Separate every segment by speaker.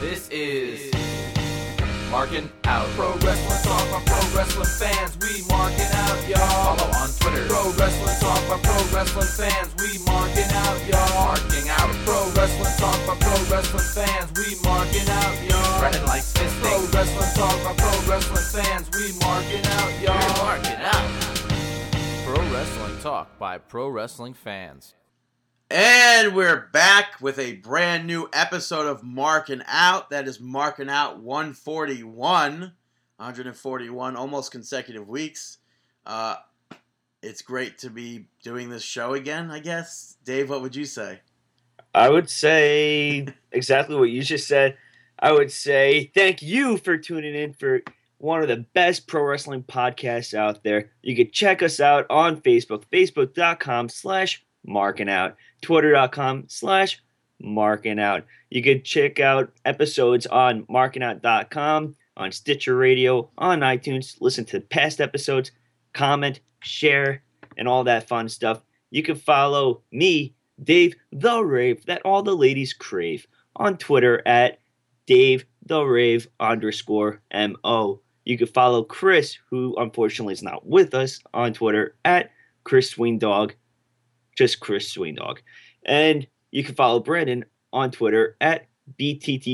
Speaker 1: This is Marking Out. Pro Wrestling Talk by Pro Wrestling Fans. We marking out, y'all. Follow on Twitter. Pro Wrestling Talk by Pro Wrestling Fans. We marking out, y'all. Marking Out. Pro Wrestling Talk by Pro Wrestling Fans. We marking out, y'all. Running like fisting. Pro Wrestling Talk by Pro Wrestling Fans. We marking out, y'all. We're marking out. Pro Wrestling Talk by Pro Wrestling Fans.
Speaker 2: And we're back with a brand new episode of Marking Out. That is Marking Out 141, 141 almost consecutive weeks. Uh, it's great to be doing this show again, I guess. Dave, what would you say?
Speaker 3: I would say exactly what you just said. I would say thank you for tuning in for one of the best pro wrestling podcasts out there. You can check us out on Facebook, facebook.com slash marking out, twitter.com slash marking out. You can check out episodes on markingout.com, on Stitcher Radio, on iTunes, listen to past episodes, comment, share, and all that fun stuff. You can follow me, Dave the Rave that all the ladies crave on Twitter at Dave the Rave underscore mo. You can follow Chris, who unfortunately is not with us, on Twitter at Chris Sweendog, just Chris Sweendog, and you can follow Brandon on Twitter at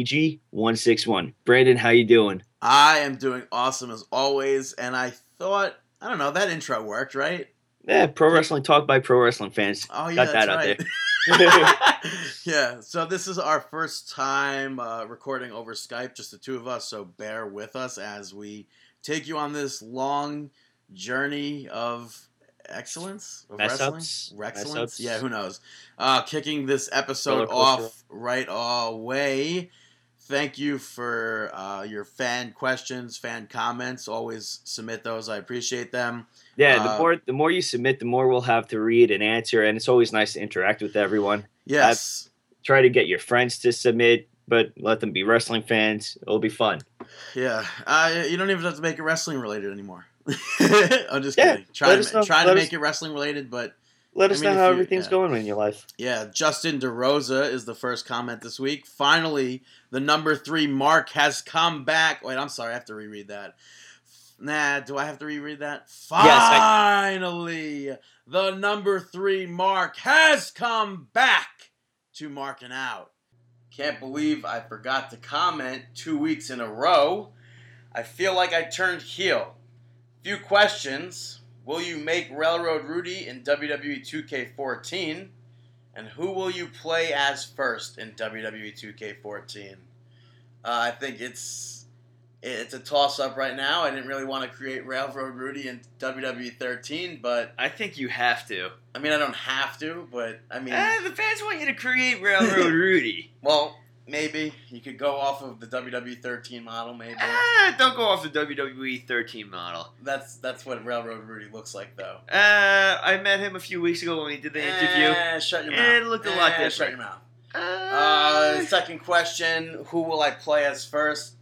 Speaker 3: bttg161. Brandon, how you doing?
Speaker 2: I am doing awesome as always, and I thought, I don't know, that intro worked, right?
Speaker 3: Yeah, pro wrestling talk by pro wrestling fans.
Speaker 2: Oh, yeah, that's
Speaker 3: Got that out
Speaker 2: right.
Speaker 3: there.
Speaker 2: yeah, so this is our first time uh, recording over Skype, just the two of us, so bear with us as we take you on this long journey of excellence? Of
Speaker 3: Mess
Speaker 2: wrestling?
Speaker 3: ups, mess
Speaker 2: Excellence?
Speaker 3: ups.
Speaker 2: Yeah, who knows? Uh, kicking this
Speaker 3: Roller
Speaker 2: episode
Speaker 3: coaster.
Speaker 2: off right away. Thank you for uh, your fan questions, fan comments. Always submit those. I appreciate them.
Speaker 3: Yeah, the
Speaker 2: Uh,
Speaker 3: more the more you submit, the more we'll have to read and answer, and it's always nice to interact with everyone.
Speaker 2: Yes.
Speaker 3: Try to get your friends to submit, but let them be wrestling fans. It'll be fun.
Speaker 2: Yeah, uh, you don't even have to make it wrestling related anymore. I'm just
Speaker 3: Yeah,
Speaker 2: kidding. Try
Speaker 3: let
Speaker 2: to,
Speaker 3: us know-
Speaker 2: try to
Speaker 3: let us-
Speaker 2: make it wrestling related, but
Speaker 3: Let
Speaker 2: I
Speaker 3: us
Speaker 2: mean,
Speaker 3: know
Speaker 2: if
Speaker 3: how
Speaker 2: you-
Speaker 3: everything's
Speaker 2: yeah.
Speaker 3: going in your life.
Speaker 2: yeah, Justin DeRosa is the first comment this week. Finally, the number three mark has come back. Wait, I'm sorry, I have to reread that. Nah, do I have to reread that?
Speaker 3: I-
Speaker 2: Finally, the number three mark has come back to marking out. Can't believe I forgot to comment two weeks in a row. I feel like I turned heel. Few questions. Will you make Railroad Rudy in E WWE 2K14? And who will you play as first in E WWE 2K14? Uh, I think it's it's a toss up right now. I didn't really want to create Railroad Rudy in WWE 13, but
Speaker 3: I think you have to. Ah,
Speaker 2: I mean I don't have to, but I mean
Speaker 3: the fans want you to create
Speaker 2: Railroad
Speaker 3: Rudy.
Speaker 2: well, maybe you could go off of the WWE 13 model maybe.
Speaker 3: Ah, don't go off the WWE 13 model.
Speaker 2: That's that's what Railroad Rudy looks like though.
Speaker 3: Uh, I met him a few weeks ago when he did the interview.
Speaker 2: Eh, shut your mouth.
Speaker 3: Eh, it looked a lot
Speaker 2: Eh, Shut
Speaker 3: different.
Speaker 2: your mouth. Uh,
Speaker 3: Uh,
Speaker 2: second question: Who will I play as first?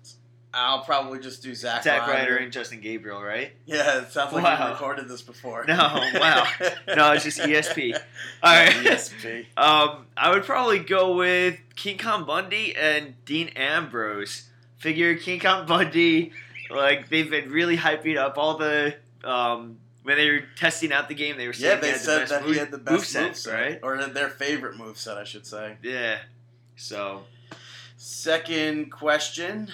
Speaker 2: I'll probably just do Zack,
Speaker 3: Zack
Speaker 2: Ah, Ryder.
Speaker 3: Ryder and Justin Gabriel, right?
Speaker 2: Yeah, it sounds like you
Speaker 3: Wow.
Speaker 2: recorded this before.
Speaker 3: No, wow. No, it's just ESP. All right.
Speaker 2: ESP.
Speaker 3: Um, I would probably go with King Kong Bundy and Dean Ambrose. Figure King Kong Bundy, like they've been really hyping up all the um when they were testing out the game, they were saying
Speaker 2: Yeah, they
Speaker 3: he had the
Speaker 2: said
Speaker 3: best
Speaker 2: that
Speaker 3: move-
Speaker 2: he had the best
Speaker 3: moveset,
Speaker 2: move set,
Speaker 3: right?
Speaker 2: Or their favorite move set, I should say.
Speaker 3: Yeah. So,
Speaker 2: Second question.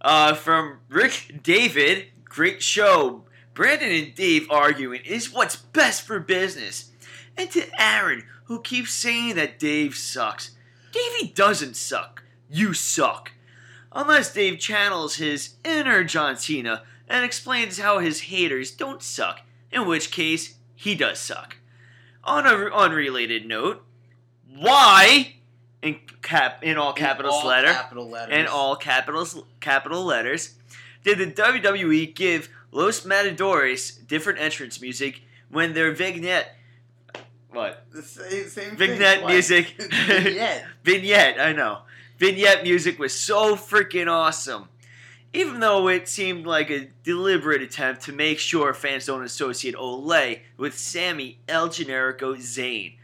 Speaker 3: uh, from Rick David, great show. Brandon and Dave arguing is what's best for business. And to Aaron, who keeps saying that Dave sucks. Davey doesn't suck. You suck. Unless Dave channels his inner John Cena and explains how his haters don't suck, in which case, he does suck. On a unrelated note, why, in, cap, in all capitals
Speaker 2: all
Speaker 3: letter,
Speaker 2: Capital letters.
Speaker 3: and all capitals capital letters. Did the WWE give Los Matadores different entrance music when their vignette what?
Speaker 2: The same, same thing
Speaker 3: Vignette
Speaker 2: twice.
Speaker 3: music.
Speaker 2: Vignette.
Speaker 3: Vignette, I know. Vignette music was so freaking awesome. Even though it seemed like a deliberate attempt to make sure fans don't associate Ole with Sammy El Generico Zane.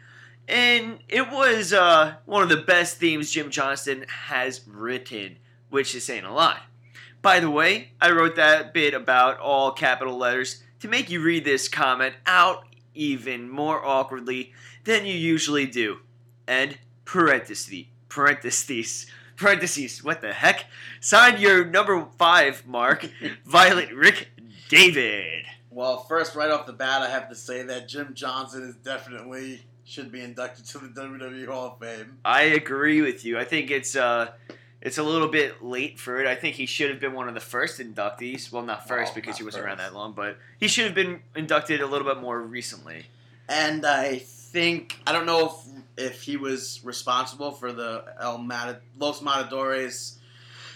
Speaker 3: And it was uh, one of the best themes Jim Johnston has written. which is saying a lot. By the way, I wrote that bit about all capital letters to make you read this comment out even more awkwardly than you usually do. And parentheses, parentheses, parentheses, what the heck? Sign your number five mark, Violet Rick David.
Speaker 2: Well, first, right off the bat, I have to say that Jim Johnson is definitely should be inducted to the WWE Hall of Fame.
Speaker 3: I agree with you. I think it's uh, it's a little bit late for it. I think he should have been one of the first inductees. Well, not first
Speaker 2: No,
Speaker 3: because
Speaker 2: not
Speaker 3: he wasn't around
Speaker 2: first.
Speaker 3: that long, but he should have been inducted a little bit more recently.
Speaker 2: And I think I don't know if if he was responsible for the El Mata, Los Matadores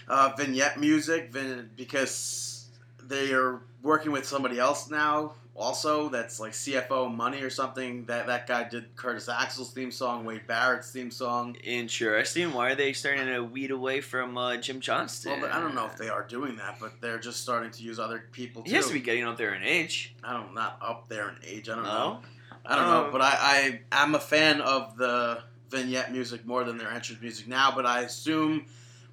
Speaker 2: uh, vignette music, vin- because they are working with somebody else now. Also, that's like CFO Money or something. That that guy did Curtis Axel's theme song, Wade Barrett's theme song.
Speaker 3: Interesting. Why are they starting to weed away from uh, Jim Johnston?
Speaker 2: Well, but I don't know if they are doing that, but they're just starting to use other people too.
Speaker 3: He has to be getting up there in age.
Speaker 2: I don't not up there in age. I don't know.
Speaker 3: No.
Speaker 2: I don't know,
Speaker 3: Um,
Speaker 2: but I, I I'm a fan of the vignette music more than their entrance music now. But I assume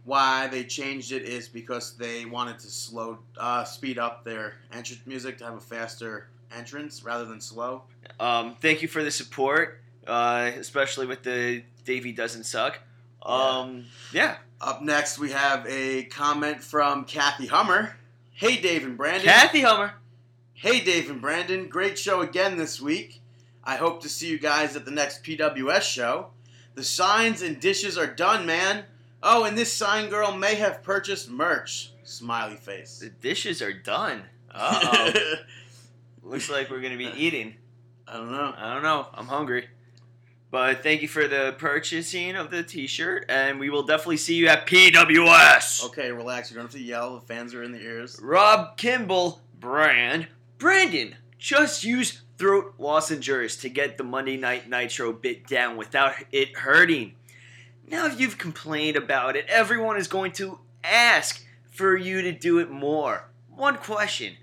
Speaker 2: why they changed it is because they wanted to slow uh, speed up their entrance music to have a faster entrance rather than slow.
Speaker 3: Um, thank you for the support, uh, especially with the Davey doesn't suck. Um, yeah.
Speaker 2: Up next, we have a comment from Kathy Hummer. Hey, Dave and Brandon.
Speaker 3: Kathy Hummer.
Speaker 2: Hey, Dave and Brandon. Great show again this week. I hope to see you guys at the next PWS show. The signs and dishes are done, man. Oh, and this sign girl may have purchased merch. Smiley face.
Speaker 3: The dishes are done. Uh oh. Looks like we're gonna be eating.
Speaker 2: I don't know.
Speaker 3: I don't know. I'm hungry. But thank you for the purchasing of the T-shirt, and we will definitely see you at PWS.
Speaker 2: Okay, relax. You don't have to yell. The fans are in the ears.
Speaker 3: Rob Kimball, Brand, Brandon, just use throat lozenges to get the Monday Night Nitro bit down without it hurting. Now you've complained about it, everyone is going to ask for you to do it more. One question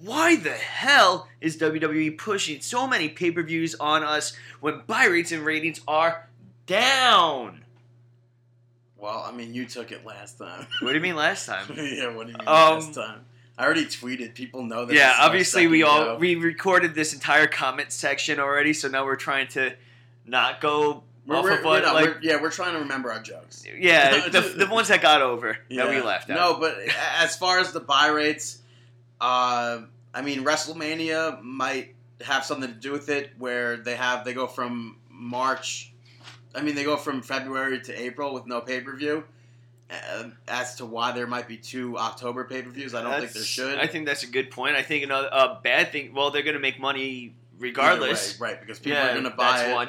Speaker 3: Why the hell is WWE pushing so many pay per views on us when buy rates and ratings are down?
Speaker 2: Well, I mean, you took it last time.
Speaker 3: What do you mean last time?
Speaker 2: yeah, what do you mean
Speaker 3: Um,
Speaker 2: last time? I already tweeted. People know that.
Speaker 3: yeah
Speaker 2: this is our
Speaker 3: obviously we
Speaker 2: second
Speaker 3: all
Speaker 2: show.
Speaker 3: we recorded this entire comment section already so now we're trying to not go
Speaker 2: We're,
Speaker 3: off
Speaker 2: we're-
Speaker 3: of
Speaker 2: we're
Speaker 3: what
Speaker 2: not-
Speaker 3: like
Speaker 2: we're- yeah, we're trying to remember our jokes.
Speaker 3: yeah the, the ones that got over that we
Speaker 2: Yeah.
Speaker 3: left out
Speaker 2: No, but a- as far as the buy rates, uh, I mean WrestleMania might have something to do with it, where they have they go from March, I mean they go from February to April with no pay per view. Uh, as to why there might be two October pay per views, I don't think there
Speaker 3: That's-
Speaker 2: should.
Speaker 3: i think that's a good point i think another a bad thing well they're gonna make money regardless
Speaker 2: Either way, right? Because people
Speaker 3: yeah
Speaker 2: are going to buy
Speaker 3: that's
Speaker 2: it.
Speaker 3: one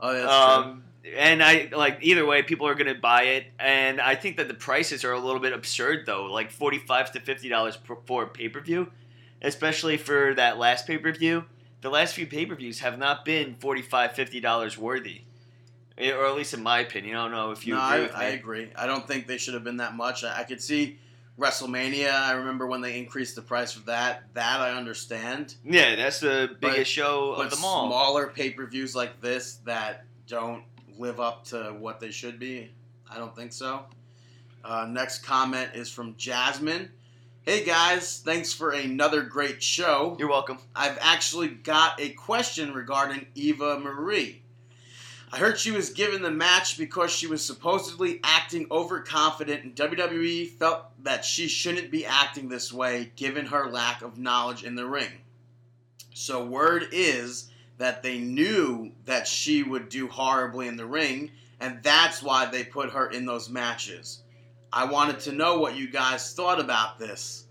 Speaker 2: Oh, that's true.
Speaker 3: um and i like either way people are gonna buy it and i think that the prices are a little bit absurd though like 45 to 50 dollars for a pay-per-view especially for that last pay-per-view the last few pay-per-views have not been 45 50 dollars worthy Eh, or at least in my opinion i don't know if you
Speaker 2: no,
Speaker 3: agree
Speaker 2: I,
Speaker 3: with me
Speaker 2: I agree. I don't think they should have been that much. I, I could see WrestleMania. I remember when they increased the price for that. That I understand.
Speaker 3: yeah that's the
Speaker 2: But-
Speaker 3: biggest show
Speaker 2: but
Speaker 3: of them all
Speaker 2: smaller pay per views like this that don't live up to what they should be. I don't think so. Uh, next comment is from Jasmine. Hey guys, thanks for another great show.
Speaker 3: you're welcome
Speaker 2: I've actually got a question regarding Eva Marie. I heard she was given the match because she was supposedly acting overconfident, and WWE felt that she shouldn't be acting this way given her lack of knowledge in the ring. So, word is that they knew that she would do horribly in the ring, and that's why they put her in those matches. I wanted to know what you guys thought about this.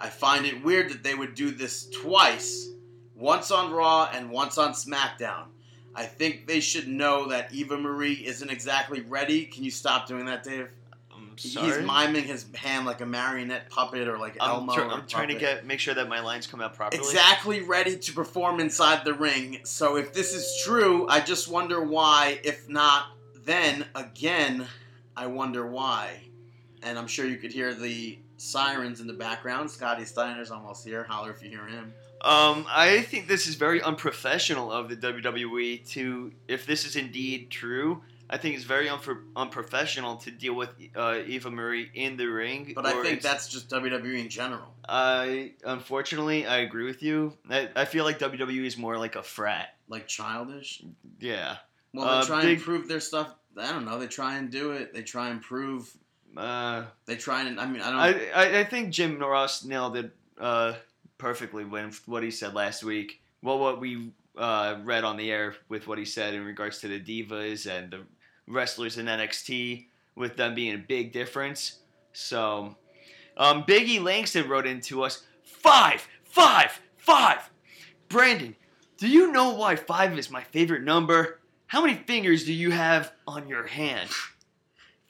Speaker 2: I find it weird that they would do this twice once on Raw and once on SmackDown. I think they should know that Eva Marie isn't exactly ready. Can you stop doing that, Dave?
Speaker 3: i'm sorry
Speaker 2: He's miming his hand like a marionette puppet or like
Speaker 3: I'm,
Speaker 2: Elmo.
Speaker 3: tr-
Speaker 2: or a
Speaker 3: I'm trying to
Speaker 2: puppet.
Speaker 3: get make sure that my lines come out properly
Speaker 2: exactly ready to perform inside the ring. So if this is true, I just wonder why. If not, then again, I wonder why. And I'm sure you could hear the sirens in the background. Scotty Steiner's almost here. Holler if you hear him.
Speaker 3: Um, I E think this is very unprofessional of the WWE to, if this is indeed true, I think it's very unfor- unprofessional to deal with uh, Eva Marie in the ring.
Speaker 2: But I
Speaker 3: or
Speaker 2: think
Speaker 3: it's-
Speaker 2: that's just WWE in general.
Speaker 3: I unfortunately I agree with you. I, I feel like WWE is more like a frat.
Speaker 2: Like childish.
Speaker 3: Yeah.
Speaker 2: Well, they
Speaker 3: Uh,
Speaker 2: try
Speaker 3: big-
Speaker 2: and prove their stuff. I don't know. They try and do it. They try and prove.
Speaker 3: Uh,
Speaker 2: They try and. I mean, I don't.
Speaker 3: I, I I think Jim Ross nailed it uh, perfectly with what he said last week. Well, what we uh, read on the air with what he said in regards to the divas and the wrestlers in NXT, with them being a big difference. So, um, Biggie Langston wrote into us five, five, five. Brandon, do you know why five is my favorite number? How many fingers do you have on your hand?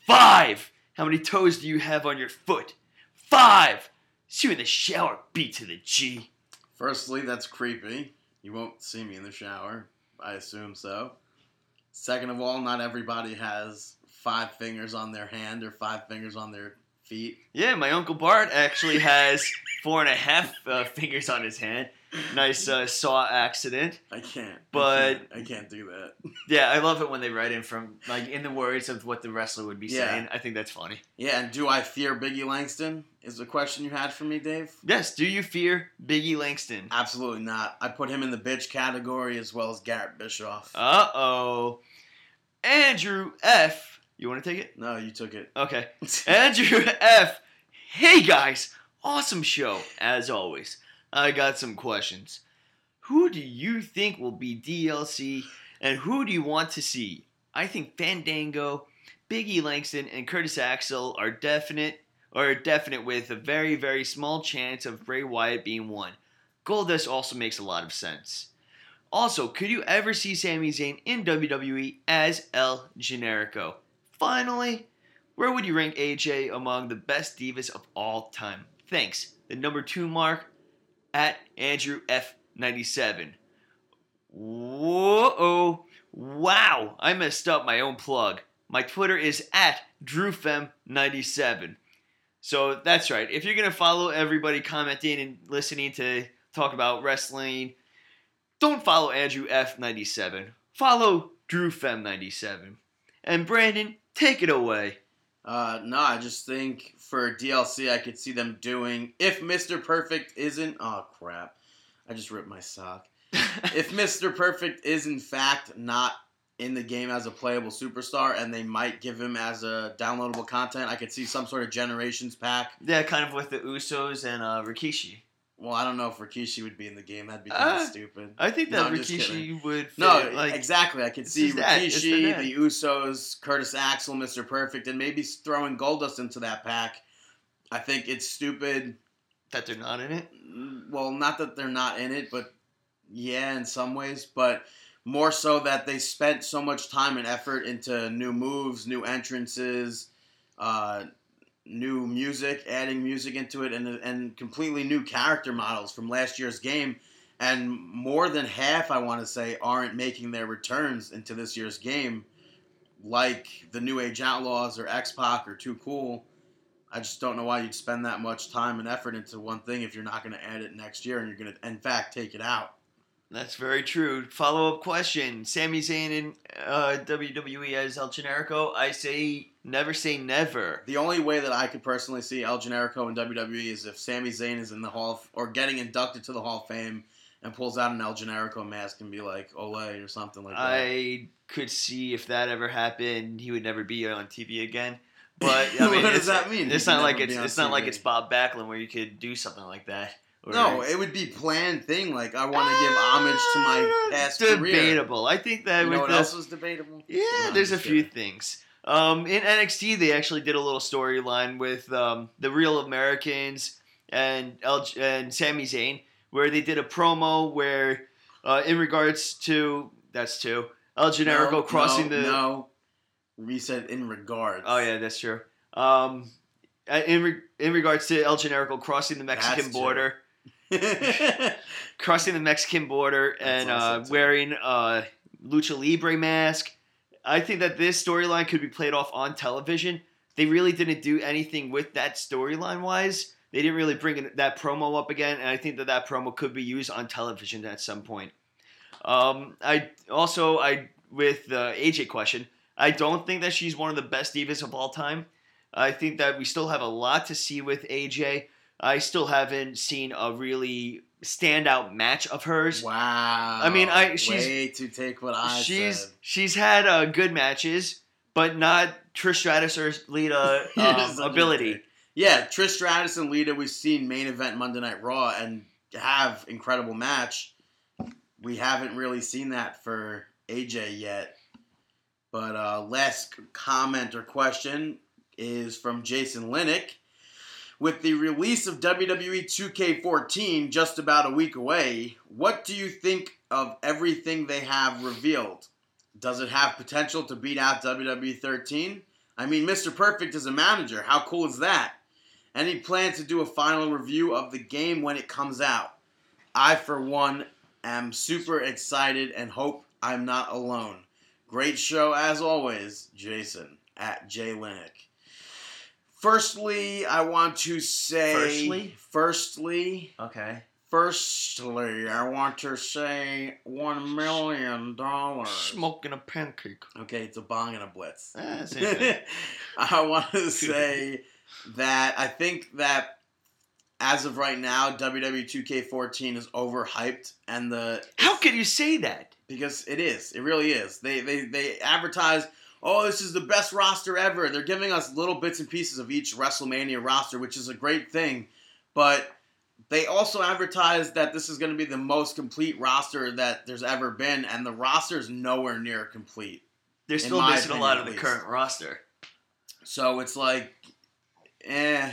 Speaker 3: Five. How many toes do you have on your foot? Five. See you in the shower, B to the G.
Speaker 2: Firstly, that's creepy. You won't see me in the shower. I assume so. Second of all, not everybody has five fingers on their hand or five fingers on their feet.
Speaker 3: Yeah, my uncle Bart actually has four and a half uh, fingers on his hand. Nice uh, saw accident.
Speaker 2: I can't. I
Speaker 3: But-
Speaker 2: can't, I can't do that.
Speaker 3: Yeah, I love it when they write in from like in the words of what the wrestler would be
Speaker 2: Yeah.
Speaker 3: saying. I think that's funny.
Speaker 2: Yeah, and do I fear Biggie Langston? Is the question you had for me, Dave?
Speaker 3: Yes. Do you fear Biggie Langston?
Speaker 2: Absolutely not. I put him in the bitch category as well as Garrett Bischoff.
Speaker 3: Uh oh. Andrew F. You want to take it?
Speaker 2: no, you took it.
Speaker 3: Okay. Andrew F. Hey guys, awesome show as always. I got some questions. Who do you think will be DLC and who do you want to see? I think Fandango, Biggie Langston and Curtis Axel are definite are definite with a very very small chance of Bray Wyatt being one. Goldust also makes a lot of sense. Also, could you ever see Sami Zayn in WWE as El Generico? Finally, where would you rank AJ among the best divas of all time? Thanks. The number two mark at Andrew F97. Whoa. Wow. I messed up my own plug. My Twitter is at DrewFem97. So that's right. If you're going to follow everybody commenting and listening to talk about wrestling, don't follow Andrew F97. Follow DrewFem97. And Brandon, take it away.
Speaker 2: Uh, no, I just think for DLC, I could see them doing if Mr. Perfect isn't. Oh crap! I just ripped my sock. if Mr. Perfect is in fact not in the game as a playable superstar, and they might give him as a downloadable content, I could see some sort of Generations pack.
Speaker 3: Yeah, kind of with the Usos and uh, Rikishi.
Speaker 2: Well, I don't know if Rikishi would be in the game. That'd be kind
Speaker 3: Uh,
Speaker 2: of stupid.
Speaker 3: I think
Speaker 2: No,
Speaker 3: that
Speaker 2: I'm just
Speaker 3: Rikishi would fit,
Speaker 2: No,
Speaker 3: like
Speaker 2: exactly. I could
Speaker 3: it's
Speaker 2: see
Speaker 3: just that, it's the
Speaker 2: Rikishi,
Speaker 3: net.
Speaker 2: the Usos, Curtis Axel, Mr. Perfect, and maybe throwing Goldust into that pack. I think it's stupid.
Speaker 3: that they're not in it.
Speaker 2: Well, not that they're not in it, but yeah, in some ways, but more so that they spent so much time and effort into new moves, new entrances, uh, new music, adding music into it, and and completely new character models from last year's game. And more than half, I want to say, aren't making their returns into this year's game, like the New Age Outlaws or X Pac or Too Cool. I just don't know why you'd spend that much time and effort into one thing if you're not going to add it next year and you're going to, in fact, take it out.
Speaker 3: That's very true. Follow up question: Sami Zayn and uh, WWE as El Generico. I say never say never.
Speaker 2: The only way that I could personally see El Generico in WWE is if Sami Zayn is in the Hall of, or getting inducted to the Hall of Fame and pulls out an El Generico mask and be like Ole or something like that.
Speaker 3: I could see if that ever happened, he would never be on TV again. But I mean,
Speaker 2: what does
Speaker 3: it's,
Speaker 2: that mean?
Speaker 3: It's
Speaker 2: He could
Speaker 3: not like
Speaker 2: never
Speaker 3: it's
Speaker 2: be on
Speaker 3: it's not like
Speaker 2: TV.
Speaker 3: it's Bob Backlund where you could do something like that. or-
Speaker 2: No, it would be planned thing. Like I want to give homage to my
Speaker 3: Uh,
Speaker 2: past career.
Speaker 3: Debatable. I think that
Speaker 2: You know
Speaker 3: with
Speaker 2: what
Speaker 3: the-
Speaker 2: else was debatable?
Speaker 3: Yeah,
Speaker 2: No, I'm
Speaker 3: there's a
Speaker 2: just
Speaker 3: few
Speaker 2: kidding.
Speaker 3: things. Um, in NXT, they actually did a little storyline with um, the Real Americans and El- and Sami Zayn, where they did a promo where, uh, in regards to that's two El Generico
Speaker 2: No,
Speaker 3: crossing
Speaker 2: no,
Speaker 3: the.
Speaker 2: no. We said in regards.
Speaker 3: Oh yeah, that's true. Um, uh, in re- in regards to El Generico crossing the Mexican
Speaker 2: That's two.
Speaker 3: border,
Speaker 2: yeah.
Speaker 3: crossing the Mexican border
Speaker 2: That's
Speaker 3: and
Speaker 2: also
Speaker 3: uh,
Speaker 2: tough.
Speaker 3: wearing a lucha libre mask. I think that this storyline could be played off on television. They really didn't do anything with that storyline wise. They didn't really bring it- that promo up again, and I think that that promo could be used on television at some point. Um, I also I with the AJ question. I don't think that she's one of the best divas of all time. I think that we still have a lot to see with AJ. I still haven't seen a really standout match of hers.
Speaker 2: Wow.
Speaker 3: I mean, I- she's-
Speaker 2: way to take what I
Speaker 3: she's
Speaker 2: said.
Speaker 3: she's had uh, good matches, but not Trish Stratus or Lita
Speaker 2: You're
Speaker 3: um,
Speaker 2: such a
Speaker 3: ability.
Speaker 2: dick. Yeah, Trish Stratus and Lita, we've seen main event Monday Night Raw and have incredible match. We haven't really seen that for AJ yet. But uh, last c- comment or question is from Jason Linick. With the release of E WWE 2K14 just about a week away, what do you think of everything they have revealed? Does it have potential to beat out WWE 13? I mean, Mr. Perfect is a manager. How cool is that? And he plans to do a final review of the game when it comes out. I, for one, am super excited and hope I'm not alone. Great show as always, Jason at J Linick. Firstly, I want to say.
Speaker 3: Firstly?
Speaker 2: Firstly.
Speaker 3: Okay.
Speaker 2: Firstly, I want to say one million dollars.
Speaker 3: Smoking a pancake.
Speaker 2: Okay, it's a bong and a blitz.
Speaker 3: Ah, same thing.
Speaker 2: I want to say that I think that as of right now, E WWE 2K14 is overhyped, and the
Speaker 3: How could you say that?
Speaker 2: because it is, it really is. They they they advertise, oh, this is the best roster ever. They're giving us little bits and pieces of each WrestleMania roster, which is a great thing, but. They also advertise that this is going to be the most complete roster that there's ever been, and the roster is nowhere near complete.
Speaker 3: They're
Speaker 2: In
Speaker 3: still
Speaker 2: my
Speaker 3: missing a lot of the
Speaker 2: opinion, at least.
Speaker 3: current roster.
Speaker 2: So it's like, eh.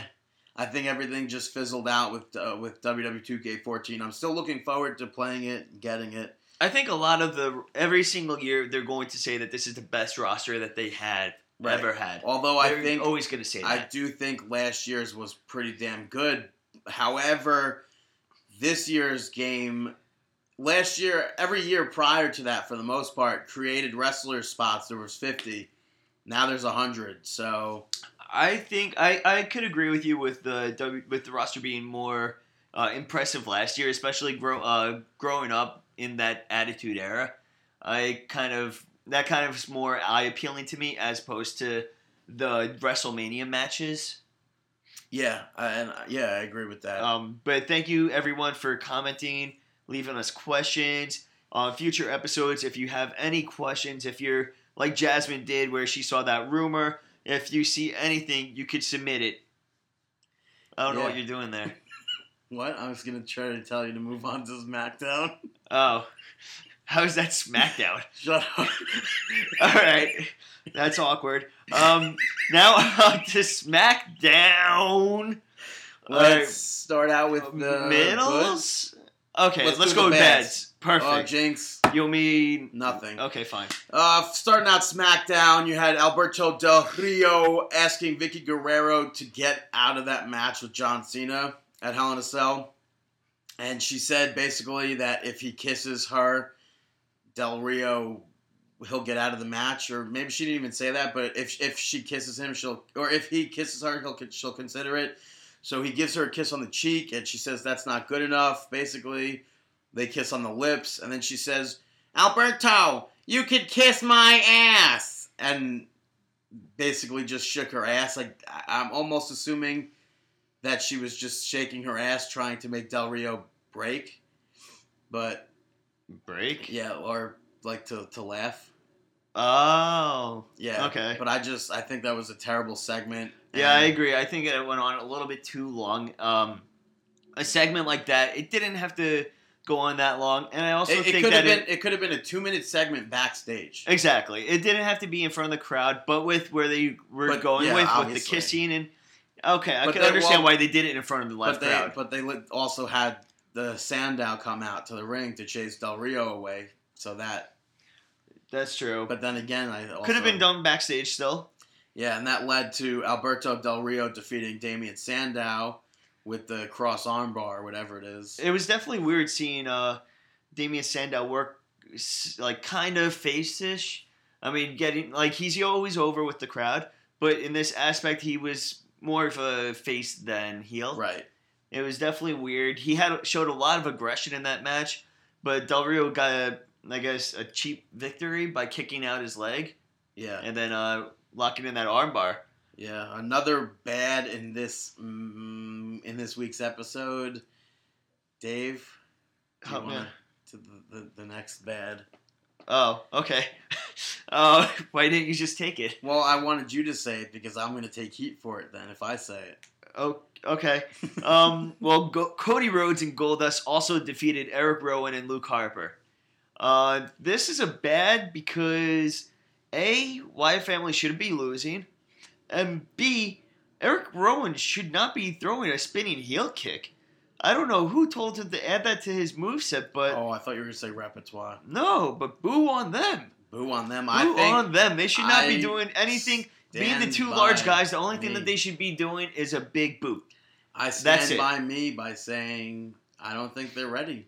Speaker 2: I think everything just fizzled out with uh, with WWE 2K14. I'm still looking forward to playing it, getting it.
Speaker 3: I think a lot of the every single year they're going to say that this is the best roster that they had
Speaker 2: Right.
Speaker 3: ever had.
Speaker 2: Although I
Speaker 3: They're
Speaker 2: think
Speaker 3: always going to say
Speaker 2: I
Speaker 3: that.
Speaker 2: do think last year's was pretty damn good. However, this year's game, last year, every year prior to that, for the most part, created wrestler spots. There was 50. Now there's 100. So
Speaker 3: I, think I, I could agree with you with the W- with the roster being more uh, impressive last year, especially grow, uh, growing up in that attitude era. I kind of that kind of is more eye appealing to me as opposed to the WrestleMania matches.
Speaker 2: yeah, I- and I- yeah, I agree with that.
Speaker 3: Um, but thank you everyone for commenting, leaving us questions on future episodes. If you have any questions, if you're like Jasmine did, where she saw that rumor, if you see anything, you could submit it. I don't know what
Speaker 2: Yeah.
Speaker 3: you're doing there.
Speaker 2: what? I was gonna try to tell you to move on to SmackDown.
Speaker 3: Oh, how is that SmackDown?
Speaker 2: Shut up.
Speaker 3: All right, that's awkward. Um, now on to SmackDown. All
Speaker 2: Let's
Speaker 3: right, Uh,
Speaker 2: start out with the goods.
Speaker 3: middles. Okay, let's,
Speaker 2: Let's do
Speaker 3: go
Speaker 2: the
Speaker 3: with
Speaker 2: bads.
Speaker 3: beds. Perfect.
Speaker 2: Oh, Jinx.
Speaker 3: You'll mean
Speaker 2: Nothing.
Speaker 3: Okay, fine.
Speaker 2: Uh, starting out SmackDown, you had Alberto Del Rio asking Vicky Guerrero to get out of that match with John Cena at Hell in a Cell. And she said basically that if he kisses her, Del Rio, he'll get out of the match. Or maybe she didn't even say that, but if, if she kisses him, she'll, or if he kisses her, he'll, con- she'll consider it. So he gives her a kiss on the cheek, and she says that's not good enough, basically. They kiss on the lips, and then she says, Alberto, you could kiss my ass. And basically just shook her ass. Like, I- I'm almost assuming that she was just shaking her ass trying to make Del Rio break. But,
Speaker 3: Break.
Speaker 2: yeah, or like to, to laugh.
Speaker 3: Oh.
Speaker 2: Yeah.
Speaker 3: Okay.
Speaker 2: But I just, I think that was a terrible segment.
Speaker 3: Yeah, I
Speaker 2: And-
Speaker 3: agree. I think it went on a little bit too long. Um, a segment like that, it didn't have to go on that long, and I also
Speaker 2: It, it
Speaker 3: think
Speaker 2: could have
Speaker 3: that
Speaker 2: been
Speaker 3: it,
Speaker 2: it could have been a two minute segment backstage.
Speaker 3: exactly it didn't have to be in front of the crowd, but with where they were
Speaker 2: But,
Speaker 3: going
Speaker 2: yeah,
Speaker 3: with with the
Speaker 2: obviously.
Speaker 3: kissing and okay, I
Speaker 2: But
Speaker 3: can
Speaker 2: they-
Speaker 3: understand
Speaker 2: well,
Speaker 3: why they did it in front of the live
Speaker 2: but they
Speaker 3: crowd.
Speaker 2: but they li- also had the Sandow come out to the ring to chase Del Rio away. So that
Speaker 3: That's true.
Speaker 2: But then again, I also,
Speaker 3: could have been done backstage still.
Speaker 2: Yeah, and that led to Alberto Del Rio defeating Damian Sandow with the cross armbar, or whatever it is.
Speaker 3: It was definitely weird seeing uh, Damian Sandow work s- like kind of face-ish. I mean, getting like he's always over with the crowd, but in this aspect, he was more of a face than heel.
Speaker 2: right.
Speaker 3: It was definitely weird. He had showed a lot of aggression in that match, but Del Rio got a, I guess a cheap victory by kicking out his leg
Speaker 2: Yeah.
Speaker 3: and then uh, locking in that armbar.
Speaker 2: Yeah, another bad in this mm, in this week's episode. Dave, do you
Speaker 3: Oh,
Speaker 2: wanna-
Speaker 3: man.
Speaker 2: to the, the, the next bad.
Speaker 3: Oh, okay. uh, why didn't you just take it?
Speaker 2: Well, I wanted you to say it because I'm going to take heat for it then if I say it.
Speaker 3: Oh, okay. Um, well, Go- Cody Rhodes and Goldust also defeated Eric Rowan and Luke Harper. Uh, this is a bad because a Wyatt family shouldn't be losing, and b Eric Rowan should not be throwing a spinning heel kick. I don't know who told him to add that to his moveset, but
Speaker 2: oh, I thought you were going to say repertoire.
Speaker 3: no, but boo on them.
Speaker 2: Boo on them.
Speaker 3: Boo
Speaker 2: I think
Speaker 3: on them. They should not
Speaker 2: I
Speaker 3: be doing anything. Being the
Speaker 2: stand
Speaker 3: two large
Speaker 2: by
Speaker 3: guys, the only thing
Speaker 2: me.
Speaker 3: that they should be doing is a big boot.
Speaker 2: I
Speaker 3: That's
Speaker 2: stand
Speaker 3: it.
Speaker 2: by me by saying I don't think they're ready.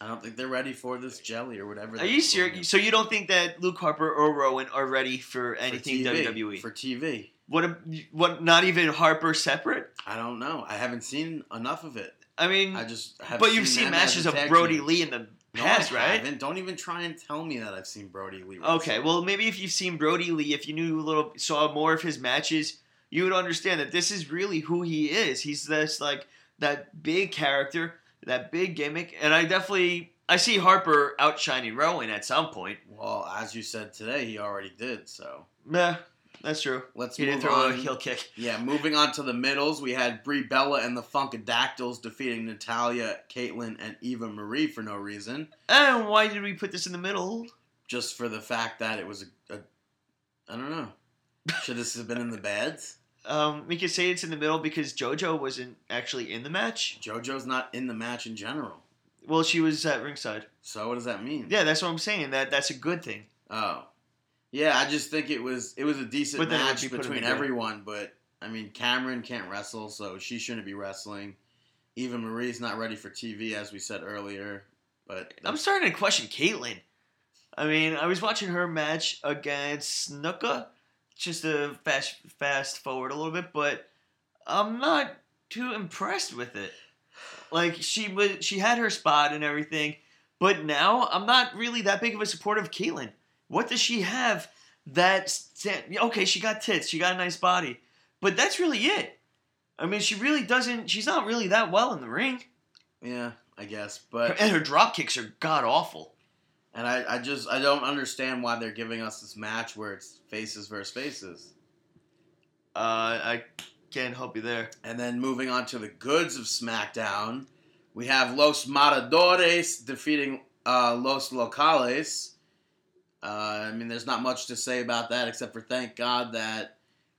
Speaker 2: I don't think they're ready for this jelly or whatever.
Speaker 3: Are
Speaker 2: they're
Speaker 3: you serious?
Speaker 2: calling it.
Speaker 3: So you don't think that Luke Harper or Rowan are ready for
Speaker 2: For
Speaker 3: anything E?
Speaker 2: TV,
Speaker 3: WWE?
Speaker 2: for TV?
Speaker 3: what? a- What? Not even Harper separate?
Speaker 2: I don't know. I haven't seen enough of it.
Speaker 3: I mean,
Speaker 2: I just haven't.
Speaker 3: Mm. but you've seen,
Speaker 2: them as
Speaker 3: matches
Speaker 2: a
Speaker 3: of
Speaker 2: tag
Speaker 3: Brody
Speaker 2: team.
Speaker 3: Lee in the
Speaker 2: No,
Speaker 3: past,
Speaker 2: I
Speaker 3: right?
Speaker 2: haven't. Don't even try and tell me that I've seen Brody Lee. wrestle.
Speaker 3: Okay, well maybe if you've seen Brody Lee, if you knew a little, saw more of his matches, you would understand that this is really who he is. He's this like that big character, that big gimmick, and I definitely I see Harper outshining Rowan at some point.
Speaker 2: Well, as you said today, he already did. So
Speaker 3: Meh, that's true.
Speaker 2: let's
Speaker 3: He
Speaker 2: move
Speaker 3: didn't throw
Speaker 2: on.
Speaker 3: a heel kick.
Speaker 2: Yeah, moving on to the middles, we had Brie Bella and the Funkadactyls defeating Natalia, Caitlyn, and Eva Marie for no reason.
Speaker 3: And why did we put this in the middle?
Speaker 2: just for the fact that it was a, a I don't know. Should this have been in the bads?
Speaker 3: Um, we could say it's in the middle because JoJo wasn't actually in the match.
Speaker 2: JoJo's not in the match in general.
Speaker 3: Well, she was at ringside.
Speaker 2: So what does that mean?
Speaker 3: Yeah, that's what I'm saying. That that's a good thing.
Speaker 2: Oh. Yeah, I just think it was it was a decent
Speaker 3: But then it would
Speaker 2: match
Speaker 3: be put in the
Speaker 2: between
Speaker 3: bad.
Speaker 2: everyone, but I mean Cameron can't wrestle, so she shouldn't be wrestling. Even Marie's not ready for TV as we said earlier, but
Speaker 3: I'm starting to question Caitlyn. I mean, I was watching her match against Snuka, just to fast fast forward a little bit, but I'm not too impressed with it. Like she was, she had her spot and everything, but now I'm not really that big of a supporter of Caitlyn. What does she have that? Stand, okay, she got tits, she got a nice body, but that's really it. I mean, she really doesn't. She's not really that well in the ring,
Speaker 2: yeah, I guess,
Speaker 3: Her-
Speaker 2: but
Speaker 3: and her drop kicks are god awful.
Speaker 2: and I, I just I don't understand why they're giving us this match where it's faces versus faces.
Speaker 3: Uh, I can't help you there.
Speaker 2: And then moving on to the goods of SmackDown, we have Los Matadores defeating uh, Los Locales. Uh, I mean, there's not much to say about that except for thank God that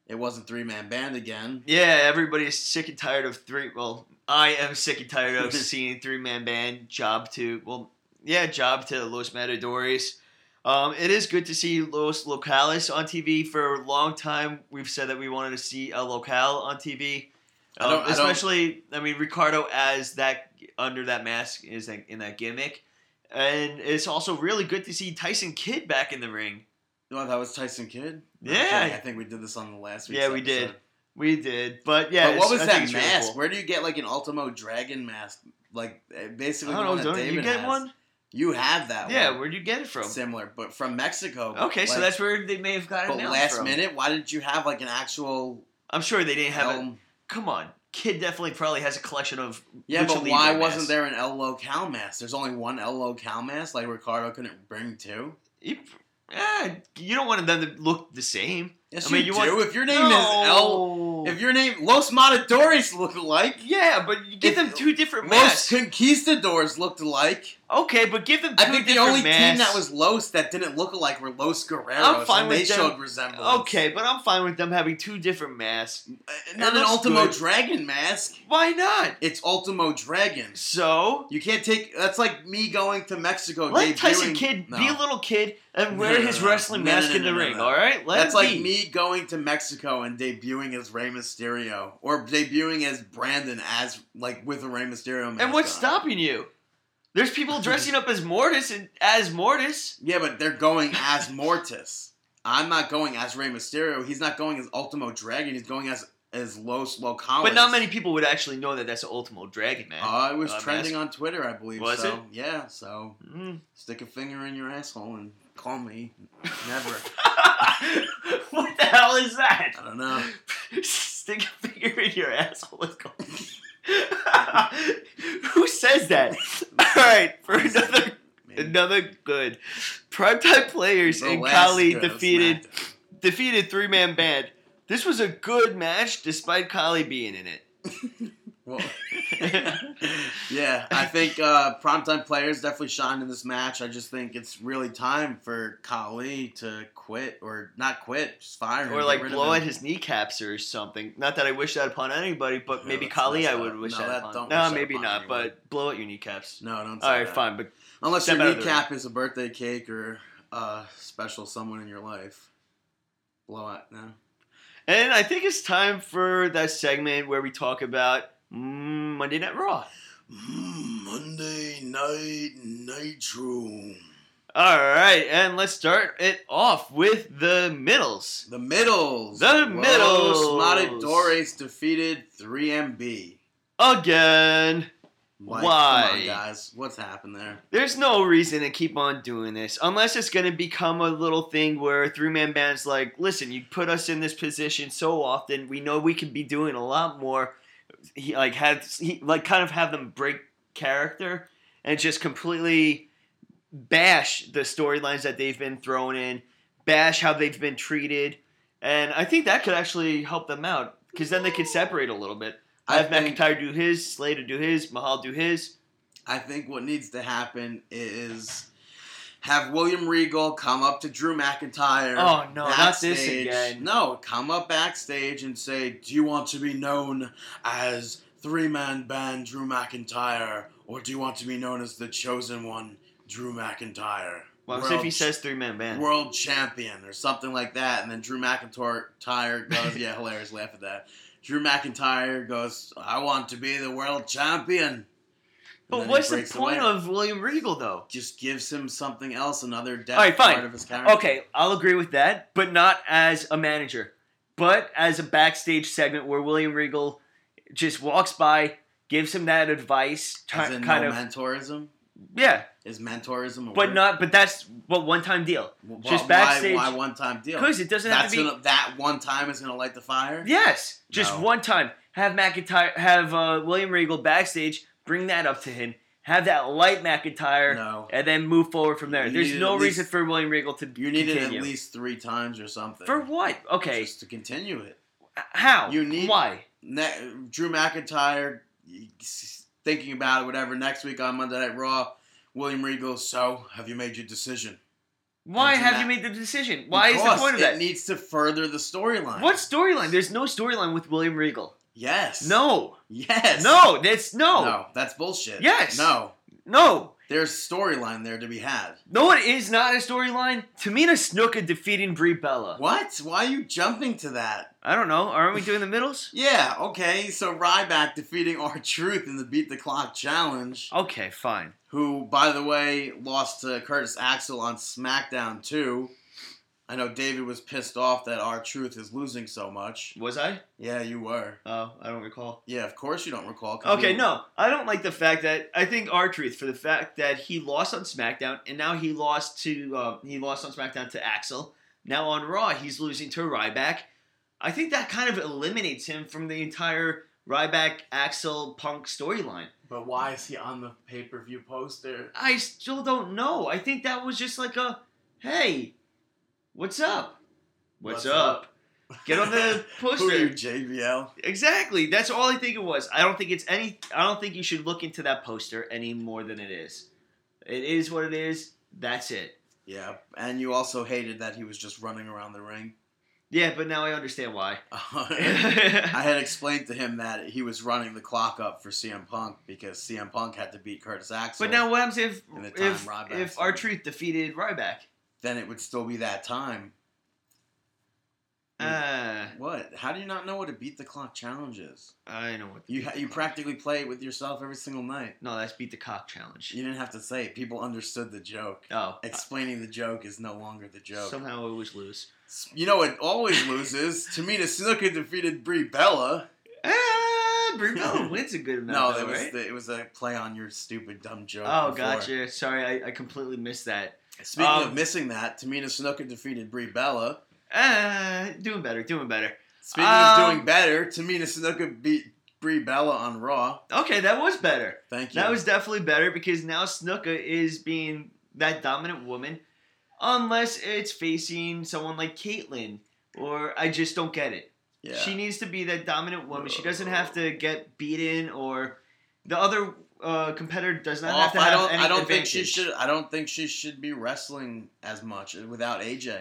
Speaker 2: it wasn't three man band again.
Speaker 3: Yeah, everybody's sick and tired of three. Well, I am sick and tired of seeing three man band job to. Well, yeah, job to Los Matadores. Um, it is good to see Los Locales on TV. For a long time, we've said that we wanted to see a locale on TV.
Speaker 2: I don't-
Speaker 3: Um,
Speaker 2: I don't-
Speaker 3: especially, I, mean, Ricardo as that under that mask is that, in that gimmick, and it's also really good to see Tyson Kidd back in the ring.
Speaker 2: No, that was Tyson Kidd.
Speaker 3: Yeah.
Speaker 2: Okay, I think we did this on the last. Week's
Speaker 3: Yeah, we did.
Speaker 2: episode.
Speaker 3: We did, but yeah,
Speaker 2: but
Speaker 3: it's-
Speaker 2: what was
Speaker 3: I
Speaker 2: that
Speaker 3: think it's
Speaker 2: mask?
Speaker 3: really cool.
Speaker 2: Where do you get like an Ultimo Dragon mask? Like eh, basically,
Speaker 3: I don't
Speaker 2: the one
Speaker 3: know.
Speaker 2: that
Speaker 3: Don't you
Speaker 2: David
Speaker 3: get
Speaker 2: has.
Speaker 3: one?
Speaker 2: You have that
Speaker 3: Yeah,
Speaker 2: one.
Speaker 3: where'd you get it from?
Speaker 2: similar, but from Mexico.
Speaker 3: Okay, so
Speaker 2: Like,
Speaker 3: that's where they may have gotten
Speaker 2: But
Speaker 3: it now
Speaker 2: last
Speaker 3: from.
Speaker 2: minute, why didn't you have like an actual
Speaker 3: I'm sure they didn't have it.
Speaker 2: El-
Speaker 3: Come on, kid definitely probably has a collection of.
Speaker 2: Yeah,
Speaker 3: Lucha
Speaker 2: but
Speaker 3: Libre
Speaker 2: why
Speaker 3: mask.
Speaker 2: wasn't there an El Local mask? There's only one El Local mask. Like Ricardo couldn't bring two.
Speaker 3: You, eh, you don't want them to look the same.
Speaker 2: Yes,
Speaker 3: I mean,
Speaker 2: you,
Speaker 3: you want-
Speaker 2: do. If your name is El, if your name Los Matadores look alike,
Speaker 3: yeah, but you
Speaker 2: If-
Speaker 3: give them two different
Speaker 2: Los
Speaker 3: masks.
Speaker 2: Conquistadors looked alike.
Speaker 3: Okay, but give them two
Speaker 2: I think the
Speaker 3: different
Speaker 2: only team
Speaker 3: masks.
Speaker 2: that was Los that didn't look alike were Los Guerreros,
Speaker 3: I'm fine
Speaker 2: and
Speaker 3: with
Speaker 2: they
Speaker 3: them.
Speaker 2: showed resemblance.
Speaker 3: Okay, but I'm fine with them having two different masks.
Speaker 2: Uh, not
Speaker 3: It
Speaker 2: an
Speaker 3: looks
Speaker 2: Ultimo
Speaker 3: good.
Speaker 2: Dragon mask.
Speaker 3: Why not?
Speaker 2: It's Ultimo Dragon.
Speaker 3: So
Speaker 2: You can't take. That's like me going to Mexico.
Speaker 3: Let Tyson
Speaker 2: debuting-
Speaker 3: Kidd
Speaker 2: Oh, No.
Speaker 3: be a little kid and
Speaker 2: No,
Speaker 3: wear
Speaker 2: no,
Speaker 3: his
Speaker 2: no, no.
Speaker 3: wrestling
Speaker 2: No, no,
Speaker 3: mask
Speaker 2: no,
Speaker 3: in the
Speaker 2: no, no,
Speaker 3: ring.
Speaker 2: no.
Speaker 3: All right, let
Speaker 2: That's
Speaker 3: it
Speaker 2: like
Speaker 3: be.
Speaker 2: me going to Mexico and debuting as Rey Mysterio, or debuting as Brandon as like with a Rey Mysterio mask.
Speaker 3: And what's
Speaker 2: on.
Speaker 3: stopping you? There's people dressing up as Mortis and as Mortis.
Speaker 2: Yeah, but they're going as Mortis. I'm not going as Rey Mysterio. He's not going as Ultimo Dragon. He's going as as Los Locales.
Speaker 3: But not many people would actually know that that's the Ultimo Dragon Man.
Speaker 2: Uh, it was
Speaker 3: Uh,
Speaker 2: trending on Twitter, I believe.
Speaker 3: Was
Speaker 2: so, Yeah. So
Speaker 3: Mm.
Speaker 2: stick a finger in your asshole and call me. Never.
Speaker 3: what the hell is that?
Speaker 2: I don't know.
Speaker 3: Stick a finger in your asshole and go. Who says that? All right, for another
Speaker 2: Man.
Speaker 3: another good. Primetime players and
Speaker 2: Burlesque,
Speaker 3: Kali
Speaker 2: uh,
Speaker 3: defeated
Speaker 2: smackdown.
Speaker 3: defeated three man band. This was a good match despite Kali being in it.
Speaker 2: Well, yeah, I think uh, primetime players definitely shined in this match. I just think it's really time for Kali to quit or not quit, just fire him,
Speaker 3: or
Speaker 2: get
Speaker 3: like
Speaker 2: rid of
Speaker 3: blow
Speaker 2: him.
Speaker 3: at his kneecaps or something. Not that I wish that upon anybody, but
Speaker 2: Yeah,
Speaker 3: maybe
Speaker 2: that's
Speaker 3: Kali
Speaker 2: messed
Speaker 3: I
Speaker 2: up.
Speaker 3: would wish
Speaker 2: No,
Speaker 3: that,
Speaker 2: that-
Speaker 3: upon.
Speaker 2: don't
Speaker 3: No,
Speaker 2: wish that
Speaker 3: maybe
Speaker 2: upon
Speaker 3: not,
Speaker 2: anyone.
Speaker 3: but blow out your kneecaps.
Speaker 2: No, don't. Say
Speaker 3: All right,
Speaker 2: that.
Speaker 3: fine, but
Speaker 2: Unless
Speaker 3: Step
Speaker 2: your
Speaker 3: out of the
Speaker 2: recap is a birthday cake or a special someone in your life. Blow out now.
Speaker 3: and I think it's time for that segment where we talk about mm, Monday Night Raw.
Speaker 2: Mm, Monday night nitro.
Speaker 3: All right, and let's start it off with the middles.
Speaker 2: The middles.
Speaker 3: The middles.
Speaker 2: Slotted Dores defeated 3MB.
Speaker 3: Again,
Speaker 2: Like, Come
Speaker 3: Why?
Speaker 2: on, guys. What's happened there?
Speaker 3: there's no reason to keep on doing this unless it's going to become a little thing where three man bands like, listen, you put us in this position so often, we know we could be doing a lot more. He like had he like kind of have them break character and just completely bash the storylines that they've been thrown in, bash how they've been treated, and I think that could actually help them out because then they could separate a little bit. I have
Speaker 2: think,
Speaker 3: McIntyre do his, Slater do his, Mahal do his.
Speaker 2: I think what needs to happen is have William Regal come up to Drew McIntyre.
Speaker 3: Oh no, not this
Speaker 2: backstage.
Speaker 3: again.
Speaker 2: No, come up backstage and say, "Do you want to be known as Three Man Band Drew McIntyre, or do you want to be known as the Chosen One, Drew McIntyre?"
Speaker 3: Well,
Speaker 2: World
Speaker 3: if he
Speaker 2: ch-
Speaker 3: says three man band.
Speaker 2: world champion or something like that, and then Drew McIntyre goes, "Yeah, hilarious, laugh at that." Drew McIntyre goes, "I want to be the world champion." And
Speaker 3: But
Speaker 2: then he
Speaker 3: what's the
Speaker 2: breaks
Speaker 3: point
Speaker 2: away.
Speaker 3: of William Regal though?
Speaker 2: Just gives him something else, another depth
Speaker 3: All right, fine.
Speaker 2: part of his character.
Speaker 3: Okay, I'll agree with that, but not as a manager, but as a backstage segment where William Regal just walks by, gives him that advice, ti-
Speaker 2: As in
Speaker 3: kind
Speaker 2: no
Speaker 3: of
Speaker 2: mentorism.
Speaker 3: yeah,
Speaker 2: Is mentorism, a
Speaker 3: but
Speaker 2: word?
Speaker 3: not but that's what one time deal
Speaker 2: Well,
Speaker 3: just
Speaker 2: why-
Speaker 3: backstage.
Speaker 2: Why, one time deal?
Speaker 3: because it doesn't have
Speaker 2: That's
Speaker 3: to be
Speaker 2: gonna, that one time is gonna light the fire.
Speaker 3: yes, just
Speaker 2: No.
Speaker 3: one time. Have McIntyre have uh, William Regal backstage, bring that up to him, have that light McIntyre.
Speaker 2: No,
Speaker 3: and then move forward from there.
Speaker 2: You
Speaker 3: There's
Speaker 2: needed
Speaker 3: no
Speaker 2: at
Speaker 3: reason
Speaker 2: least-
Speaker 3: for William Regal to
Speaker 2: you need it at
Speaker 3: continue.
Speaker 2: least three times or something.
Speaker 3: for what? Okay,
Speaker 2: just to continue it.
Speaker 3: how?
Speaker 2: You need-
Speaker 3: why?
Speaker 2: ne- Drew McIntyre s- thinking about it, whatever. Next week on Monday Night Raw, William Regal. So, have you made your decision?
Speaker 3: Why
Speaker 2: into
Speaker 3: have
Speaker 2: that.
Speaker 3: you made the decision? Why is
Speaker 2: Because
Speaker 3: the point of
Speaker 2: It
Speaker 3: that?
Speaker 2: needs to further the storyline.
Speaker 3: what storyline? There's no storyline with William Regal.
Speaker 2: Yes.
Speaker 3: No,
Speaker 2: Yes.
Speaker 3: no, that's no, no,
Speaker 2: No. That's bullshit.
Speaker 3: Yes.
Speaker 2: No.
Speaker 3: no.
Speaker 2: There's storyline there to be had.
Speaker 3: it is not a storyline. Tamina Snuka defeating Brie Bella.
Speaker 2: What? Why are you jumping to that?
Speaker 3: I don't know. Aren't we doing the middles?
Speaker 2: Yeah. Okay. So Ryback defeating our Truth in the Beat the Clock challenge.
Speaker 3: Okay, fine.
Speaker 2: who, by the way, lost to Curtis Axel on SmackDown too. I know David was pissed off that our Truth is losing so much.
Speaker 3: Was I?
Speaker 2: Yeah, you were.
Speaker 3: Oh, I don't recall.
Speaker 2: Yeah, of course you don't recall. 'cause
Speaker 3: Okay,
Speaker 2: you-
Speaker 3: no, I don't like the fact that I think our truth for the fact that he lost on SmackDown and now he lost to uh, he lost on SmackDown to Axel. Now on Raw he's losing to Ryback. I think that kind of eliminates him from the entire Ryback Axel Punk storyline.
Speaker 2: But why is he on the pay per view poster?
Speaker 3: I still don't know. I think that was just like a hey, what's up? What's,
Speaker 2: What's
Speaker 3: up? Get on the poster.
Speaker 2: Who are you, JBL?
Speaker 3: Exactly. That's all I think it was. I don't think it's any. I don't think you should look into that poster any more than it is. It is what it is. That's it.
Speaker 2: Yeah, and you also hated that he was just running around the ring.
Speaker 3: Yeah, but now I understand why.
Speaker 2: I had explained to him that he was running the clock up for CM Punk because CM Punk had to beat Curtis Axel.
Speaker 3: but now what happens if
Speaker 2: In the time
Speaker 3: if
Speaker 2: Ryback's
Speaker 3: if
Speaker 2: on.
Speaker 3: our truth defeated Ryback?
Speaker 2: then it would still be that time.
Speaker 3: Uh,
Speaker 2: What? How do you not know what a beat the clock challenge is?
Speaker 3: I know what.
Speaker 2: You ha- you practically play it with yourself every single night.
Speaker 3: No, that's beat the cock challenge.
Speaker 2: You didn't have to say it. People understood the joke.
Speaker 3: Oh,
Speaker 2: Explaining the joke is no longer the joke.
Speaker 3: somehow I always lose.
Speaker 2: S- you know what always loses? Tamina Snuka defeated Brie Bella.
Speaker 3: Ah, Bruno wins a good amount.
Speaker 2: No,
Speaker 3: though,
Speaker 2: that was
Speaker 3: right?
Speaker 2: the, it was a play on your stupid dumb joke.
Speaker 3: Oh,
Speaker 2: before.
Speaker 3: gotcha. Sorry, I, I completely missed that.
Speaker 2: Speaking
Speaker 3: Um,
Speaker 2: of missing that, Tamina Snuka defeated Brie Bella.
Speaker 3: Uh, doing better, doing better.
Speaker 2: Speaking
Speaker 3: Um,
Speaker 2: of doing better, Tamina Snuka beat Brie Bella on Raw.
Speaker 3: Okay, that was better.
Speaker 2: Thank you.
Speaker 3: That was definitely better because now Snuka is being that dominant woman, unless it's facing someone like Caitlyn, or I just don't get it.
Speaker 2: yeah.
Speaker 3: She needs to be that dominant woman. She doesn't have to get beaten or the other uh, competitor does not have
Speaker 2: off.
Speaker 3: to
Speaker 2: I
Speaker 3: have
Speaker 2: don't.
Speaker 3: any
Speaker 2: I don't think
Speaker 3: advantage.
Speaker 2: she should. I don't think she should be wrestling as much without AJ.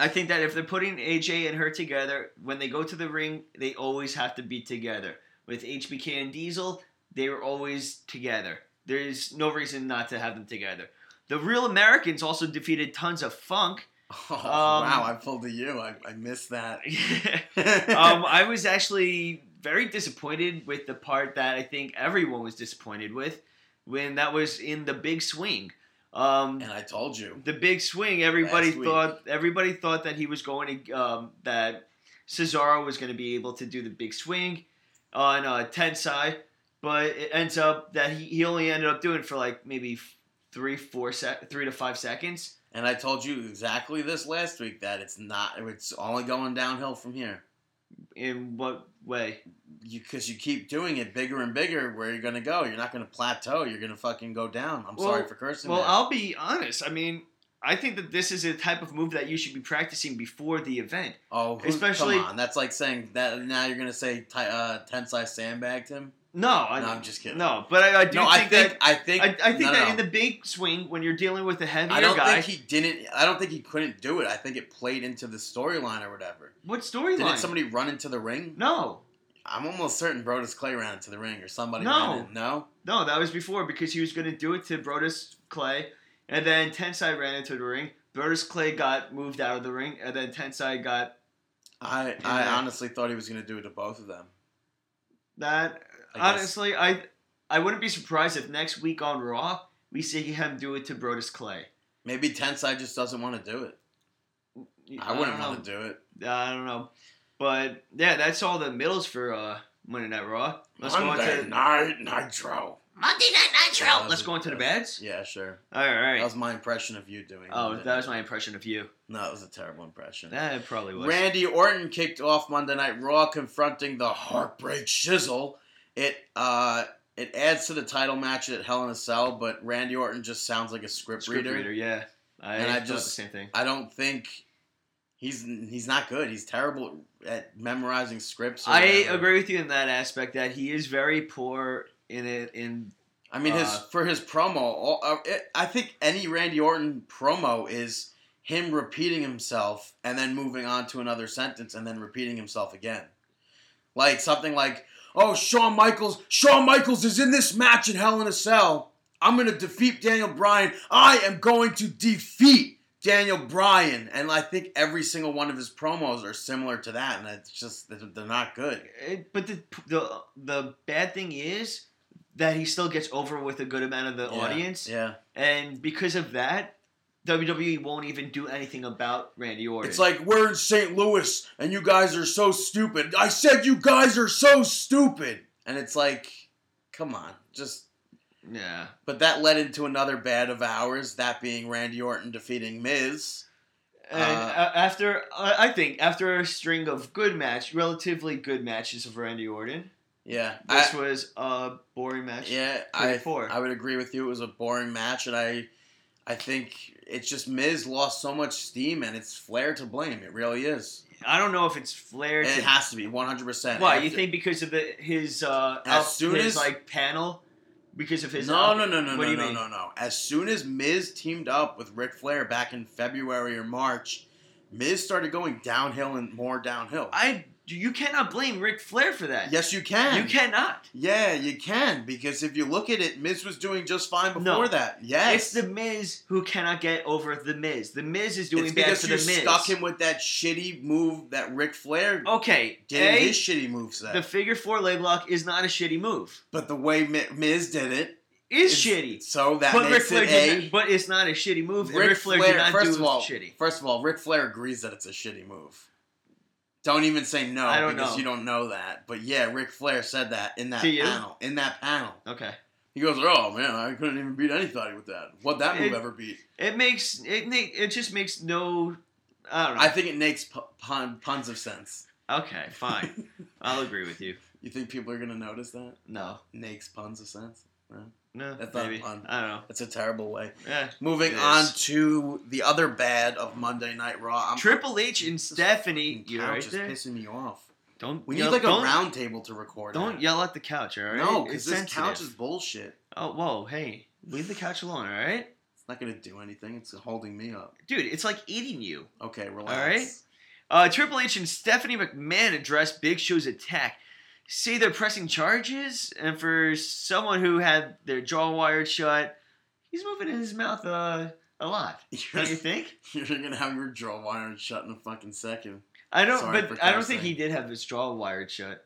Speaker 3: I think that if they're putting AJ and her together, when they go to the ring, they always have to be together. With HBK and Diesel, they were always together. There's no reason not to have them together. The Real Americans also defeated tons of funk.
Speaker 2: Oh,
Speaker 3: Um,
Speaker 2: wow, I pulled a U. I, I missed that.
Speaker 3: um, I was actually very disappointed with the part that I think everyone was disappointed with when that was in the big swing. Um,
Speaker 2: and I told you.
Speaker 3: the big swing, everybody
Speaker 2: Last week.
Speaker 3: thought everybody thought that he was going to um, that Cesaro was going to be able to do the big swing on uh, Tensai, but it ends up that he, he only ended up doing it for like maybe f- three, four sec- three to five seconds.
Speaker 2: And I told you exactly this last week that it's not. It's only going downhill from here.
Speaker 3: In what way?
Speaker 2: Because you, keep doing it bigger and bigger, where you're gonna go? You're not gonna plateau. You're gonna fucking go down. I'm
Speaker 3: Well-
Speaker 2: sorry for cursing.
Speaker 3: Well,
Speaker 2: there.
Speaker 3: I'll be honest. I mean, I think that this is a type of move that you should be practicing before the event.
Speaker 2: Oh, who,
Speaker 3: Especially-
Speaker 2: come on. That's like saying that now you're gonna say ti- uh, Tensai sandbagged him.
Speaker 3: No, I,
Speaker 2: no, I'm just kidding.
Speaker 3: no, but I, I do
Speaker 2: no,
Speaker 3: think,
Speaker 2: I think
Speaker 3: that.
Speaker 2: I think
Speaker 3: I, I think
Speaker 2: no,
Speaker 3: that
Speaker 2: no.
Speaker 3: in the big swing, when you're dealing with a heavier
Speaker 2: I don't
Speaker 3: guy,
Speaker 2: think he didn't. I don't think he couldn't do it. I think it played into the storyline or whatever.
Speaker 3: What storyline?
Speaker 2: Didn't somebody run into the ring?
Speaker 3: No,
Speaker 2: I'm almost certain Brodus Clay ran into the ring or somebody.
Speaker 3: No.
Speaker 2: ran in. no.
Speaker 3: no, that was before because he was going to do it to Brodus Clay, and then Tensai ran into the ring. Brodus Clay got moved out of the ring, and then Tensai got
Speaker 2: I I
Speaker 3: Yeah.
Speaker 2: honestly thought he was gonna do it to both of them.
Speaker 3: that.
Speaker 2: I guess.
Speaker 3: Honestly, I I wouldn't be surprised if next week on Raw we see him do it to Brodus Clay.
Speaker 2: Maybe Tensai just doesn't want to do it. I wouldn't want
Speaker 3: to.
Speaker 2: to do it.
Speaker 3: I don't know, but yeah, that's all the middles for uh, Monday Night Raw. Let's go on to
Speaker 2: night nitro.
Speaker 3: Monday Night
Speaker 2: Yeah,
Speaker 3: Let's go into the bads.
Speaker 2: Yeah, sure.
Speaker 3: All right.
Speaker 2: That was my impression of you doing.
Speaker 3: oh,
Speaker 2: it.
Speaker 3: that was my impression of you.
Speaker 2: No, it was a terrible impression.
Speaker 3: That probably was.
Speaker 2: Randy Orton kicked off Monday Night Raw, confronting the Heartbreak Shizzle. It uh, it adds to the title match at Hell in a Cell, but Randy Orton just sounds like a script,
Speaker 3: Script
Speaker 2: reader.
Speaker 3: reader, yeah. I,
Speaker 2: And I
Speaker 3: thought
Speaker 2: just-
Speaker 3: the same thing.
Speaker 2: I don't think he's he's not good. He's terrible at memorizing scripts. or
Speaker 3: I
Speaker 2: whatever.
Speaker 3: agree with you in that aspect that he is very poor in it. In
Speaker 2: I mean, his
Speaker 3: Uh,
Speaker 2: for his promo, all, uh, it, I think any Randy Orton promo is him repeating himself and then moving on to another sentence and then repeating himself again, like something like, "Oh, Shawn Michaels, Shawn Michaels is in this match in Hell in a Cell. I'm gonna defeat Daniel Bryan. I am going to defeat Daniel Bryan." And I think every single one of his promos are similar to that, and it's just they're they're not good.
Speaker 3: it, but the, the the bad thing is that he still gets over with a good amount of the
Speaker 2: Yeah,
Speaker 3: audience,
Speaker 2: Yeah.
Speaker 3: and because of that, WWE won't even do anything about Randy Orton.
Speaker 2: It's like we're in St. Louis and you guys are so stupid. I said you guys are so stupid. And it's like, come on, just.
Speaker 3: yeah,
Speaker 2: But that led into another bad of ours, that being Randy Orton defeating Miz.
Speaker 3: and
Speaker 2: Uh,
Speaker 3: a- after I I think after a string of good match, relatively good matches of Randy Orton,
Speaker 2: Yeah,
Speaker 3: this
Speaker 2: I,
Speaker 3: was a boring match.
Speaker 2: yeah,
Speaker 3: three
Speaker 2: I,
Speaker 3: to four.
Speaker 2: I would agree with you. It was a boring match, and I, I think it's just Miz lost so much steam, and it's Flair to blame. It really is.
Speaker 3: I don't know if it's Flair.
Speaker 2: And
Speaker 3: to
Speaker 2: it has to be one hundred percent.
Speaker 3: Why you think because of the his uh
Speaker 2: As
Speaker 3: out-
Speaker 2: soon
Speaker 3: his
Speaker 2: as-
Speaker 3: like panel because of his
Speaker 2: No,
Speaker 3: out-
Speaker 2: no, no, no, no,
Speaker 3: what do you
Speaker 2: no,
Speaker 3: mean?
Speaker 2: no, no. As soon as Miz teamed up with Ric Flair back in February or March, Miz started going downhill and more downhill.
Speaker 3: I you cannot blame Ric Flair for that.
Speaker 2: yes, you can.
Speaker 3: you cannot.
Speaker 2: Yeah, you can because if you look at it, Miz was doing just fine before
Speaker 3: No.
Speaker 2: that. Yes,
Speaker 3: It's the Miz who cannot get over the Miz. The Miz is doing
Speaker 2: It's
Speaker 3: bad
Speaker 2: because
Speaker 3: for
Speaker 2: you
Speaker 3: the Miz.
Speaker 2: stuck him with that shitty move that Ric Flair
Speaker 3: okay,
Speaker 2: did in
Speaker 3: a
Speaker 2: his shitty move set.
Speaker 3: the figure four leg lock is not a shitty move.
Speaker 2: but the way Mi- Miz did it
Speaker 3: Is
Speaker 2: is-
Speaker 3: shitty.
Speaker 2: So that
Speaker 3: But Ric
Speaker 2: makes
Speaker 3: Flair
Speaker 2: it
Speaker 3: did
Speaker 2: a.
Speaker 3: not, but it's not a shitty move. and
Speaker 2: Ric
Speaker 3: Ric Flair, did not
Speaker 2: first
Speaker 3: do
Speaker 2: of all,
Speaker 3: shitty.
Speaker 2: First of all, Ric Flair agrees that it's a shitty move. Don't even say no
Speaker 3: I don't
Speaker 2: because
Speaker 3: know.
Speaker 2: you don't know that. But yeah, Ric Flair said that in that
Speaker 3: To you?
Speaker 2: panel. In that panel,
Speaker 3: Okay.
Speaker 2: he goes, "Oh man, I couldn't even beat anybody with that. What that move
Speaker 3: It-
Speaker 2: ever beat?"
Speaker 3: It makes it ma- it just makes no I don't know.
Speaker 2: I think it makes p- pun, puns of sense.
Speaker 3: okay, fine. I'll agree with you.
Speaker 2: You think people are gonna notice that?
Speaker 3: No,
Speaker 2: Makes puns of sense. No?
Speaker 3: no,
Speaker 2: That's not a
Speaker 3: maybe
Speaker 2: pun.
Speaker 3: I don't know.
Speaker 2: That's a terrible way.
Speaker 3: Yeah.
Speaker 2: Moving
Speaker 3: Yes.
Speaker 2: on to the other bad of Monday Night Raw. I'm
Speaker 3: Triple H and Stephanie,
Speaker 2: fucking
Speaker 3: you're
Speaker 2: couch
Speaker 3: right
Speaker 2: is
Speaker 3: there.
Speaker 2: pissing me off.
Speaker 3: Don't
Speaker 2: We need
Speaker 3: yell,
Speaker 2: like a
Speaker 3: don't,
Speaker 2: round table to record.
Speaker 3: Don't
Speaker 2: at.
Speaker 3: yell at the couch, all right?
Speaker 2: No, because
Speaker 3: It's
Speaker 2: this couch is
Speaker 3: sensitive.
Speaker 2: bullshit.
Speaker 3: Oh, whoa, hey, leave the couch alone, all right?
Speaker 2: It's not gonna do anything. It's holding me up.
Speaker 3: Dude, it's like eating you.
Speaker 2: Okay, relax.
Speaker 3: right. Uh, Triple H and Stephanie McMahon address Big Show's attack. Say they're pressing charges, and for someone who had their jaw wired shut, he's moving his mouth uh, a lot. Don't you
Speaker 2: You're,
Speaker 3: think?
Speaker 2: you're gonna have your jaw wired shut in a fucking second.
Speaker 3: I don't,
Speaker 2: Sorry for
Speaker 3: but I don't think
Speaker 2: cursing.
Speaker 3: he did have his jaw wired shut.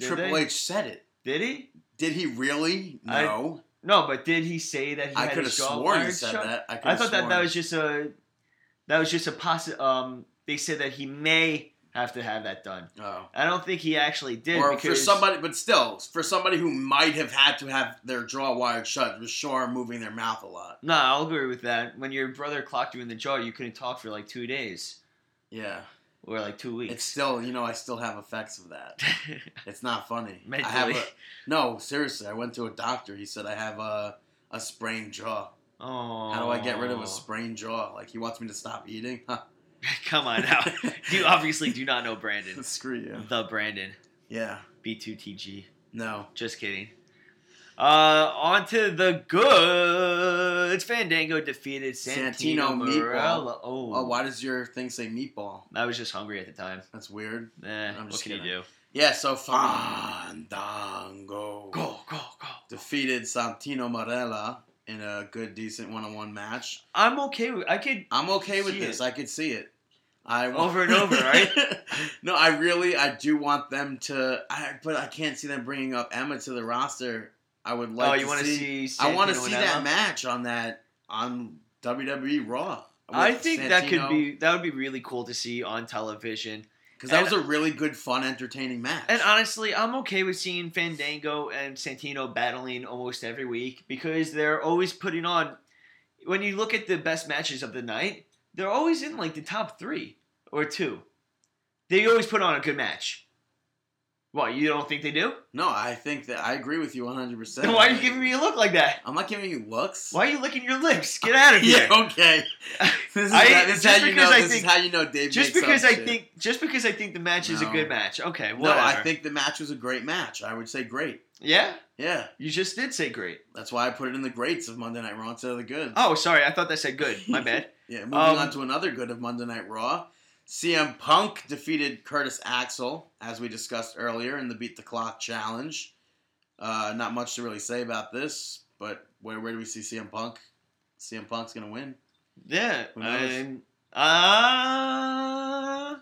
Speaker 2: Triple
Speaker 3: they?
Speaker 2: H said it.
Speaker 3: Did he?
Speaker 2: Did he really?
Speaker 3: I-
Speaker 2: No.
Speaker 3: No, but did he say that he
Speaker 2: I,
Speaker 3: had
Speaker 2: could have
Speaker 3: his jaw
Speaker 2: sworn
Speaker 3: wired
Speaker 2: he said
Speaker 3: shut?
Speaker 2: that. I, could
Speaker 3: I
Speaker 2: have
Speaker 3: thought that that
Speaker 2: sworn.
Speaker 3: was just a that was just a possi Um, they said that he may have to have that done.
Speaker 2: Oh.
Speaker 3: I don't think he actually did.
Speaker 2: or for
Speaker 3: because-
Speaker 2: somebody, but still, for somebody who might have had to have their jaw wired shut, was sure moving their mouth a lot.
Speaker 3: No, I'll agree with that. When your brother clocked you in the jaw, you couldn't talk for like two days
Speaker 2: Yeah,
Speaker 3: or like two
Speaker 2: it's
Speaker 3: weeks.
Speaker 2: still, you know, I still have effects of that. It's not funny. I have
Speaker 3: Mentally.
Speaker 2: a, no, seriously, I went to a doctor. He said I have a a sprained jaw.
Speaker 3: Oh.
Speaker 2: How do I get rid of a sprained jaw? Like he wants me to stop eating? Huh.
Speaker 3: Come on now. you obviously do not know Brandon.
Speaker 2: Screw you.
Speaker 3: The Brandon.
Speaker 2: Yeah.
Speaker 3: B2TG.
Speaker 2: No.
Speaker 3: Just kidding. Uh, on to the goods. Fandango defeated Santino,
Speaker 2: Santino
Speaker 3: Morella. Oh,
Speaker 2: Oh, why does your thing say meatball?
Speaker 3: I was just hungry at the time.
Speaker 2: That's weird.
Speaker 3: Eh,
Speaker 2: I'm
Speaker 3: what
Speaker 2: just
Speaker 3: can you
Speaker 2: kidding.
Speaker 3: do?
Speaker 2: Yeah. So Fandango.
Speaker 3: Go, go, go.
Speaker 2: defeated Santino Marella in a good, decent one-on-one match.
Speaker 3: I'm okay with I could.
Speaker 2: I'm okay with
Speaker 3: See
Speaker 2: this.
Speaker 3: it.
Speaker 2: I could see it. I
Speaker 3: Over and over, right?
Speaker 2: no, I really, I do want them to. I but I can't see them bringing up Emma to the roster. I would like.
Speaker 3: oh, you
Speaker 2: want to see?
Speaker 3: see?
Speaker 2: I want to
Speaker 3: Santino
Speaker 2: see
Speaker 3: Morella?
Speaker 2: that match on that on WWE Raw.
Speaker 3: I
Speaker 2: with
Speaker 3: think that could
Speaker 2: Santino,
Speaker 3: be that would be really cool to see on television.
Speaker 2: because that
Speaker 3: and-
Speaker 2: was a really good, fun, entertaining match.
Speaker 3: And uh, honestly, I'm okay with seeing Fandango and Santino battling almost every week because they're always putting on. When you look at the best matches of the night, they're always in like the top three or two. They always put on a good match. What you don't think they do?
Speaker 2: no, I think that I agree with you 100. percent
Speaker 3: Then why are you giving me a look like that?
Speaker 2: I'm not giving you looks.
Speaker 3: Why are you licking your lips? Get out of here!
Speaker 2: Yeah. Okay. This is,
Speaker 3: I-
Speaker 2: how, this is
Speaker 3: just
Speaker 2: how you
Speaker 3: because
Speaker 2: know.
Speaker 3: I
Speaker 2: this
Speaker 3: think-
Speaker 2: is how you know Dave.
Speaker 3: Just
Speaker 2: makes up
Speaker 3: because I
Speaker 2: shit.
Speaker 3: think, just because I think the match is a
Speaker 2: No.
Speaker 3: good match. Okay,
Speaker 2: No,
Speaker 3: whatever.
Speaker 2: I think the match was a great match. I would say great.
Speaker 3: yeah.
Speaker 2: Yeah,
Speaker 3: You just did say great.
Speaker 2: that's why I put it in the greats of Monday Night Raw instead of the good.
Speaker 3: Oh, sorry. I thought that said good. My bad.
Speaker 2: yeah, moving
Speaker 3: um,
Speaker 2: on to another good of Monday Night Raw. CM Punk defeated Curtis Axel, as we discussed earlier in the Beat the Clock Challenge. Uh, not much to really say about this, but where, where do we see CM Punk? CM Punk's gonna win.
Speaker 3: Yeah.
Speaker 2: Who knows?
Speaker 3: I'm- uh,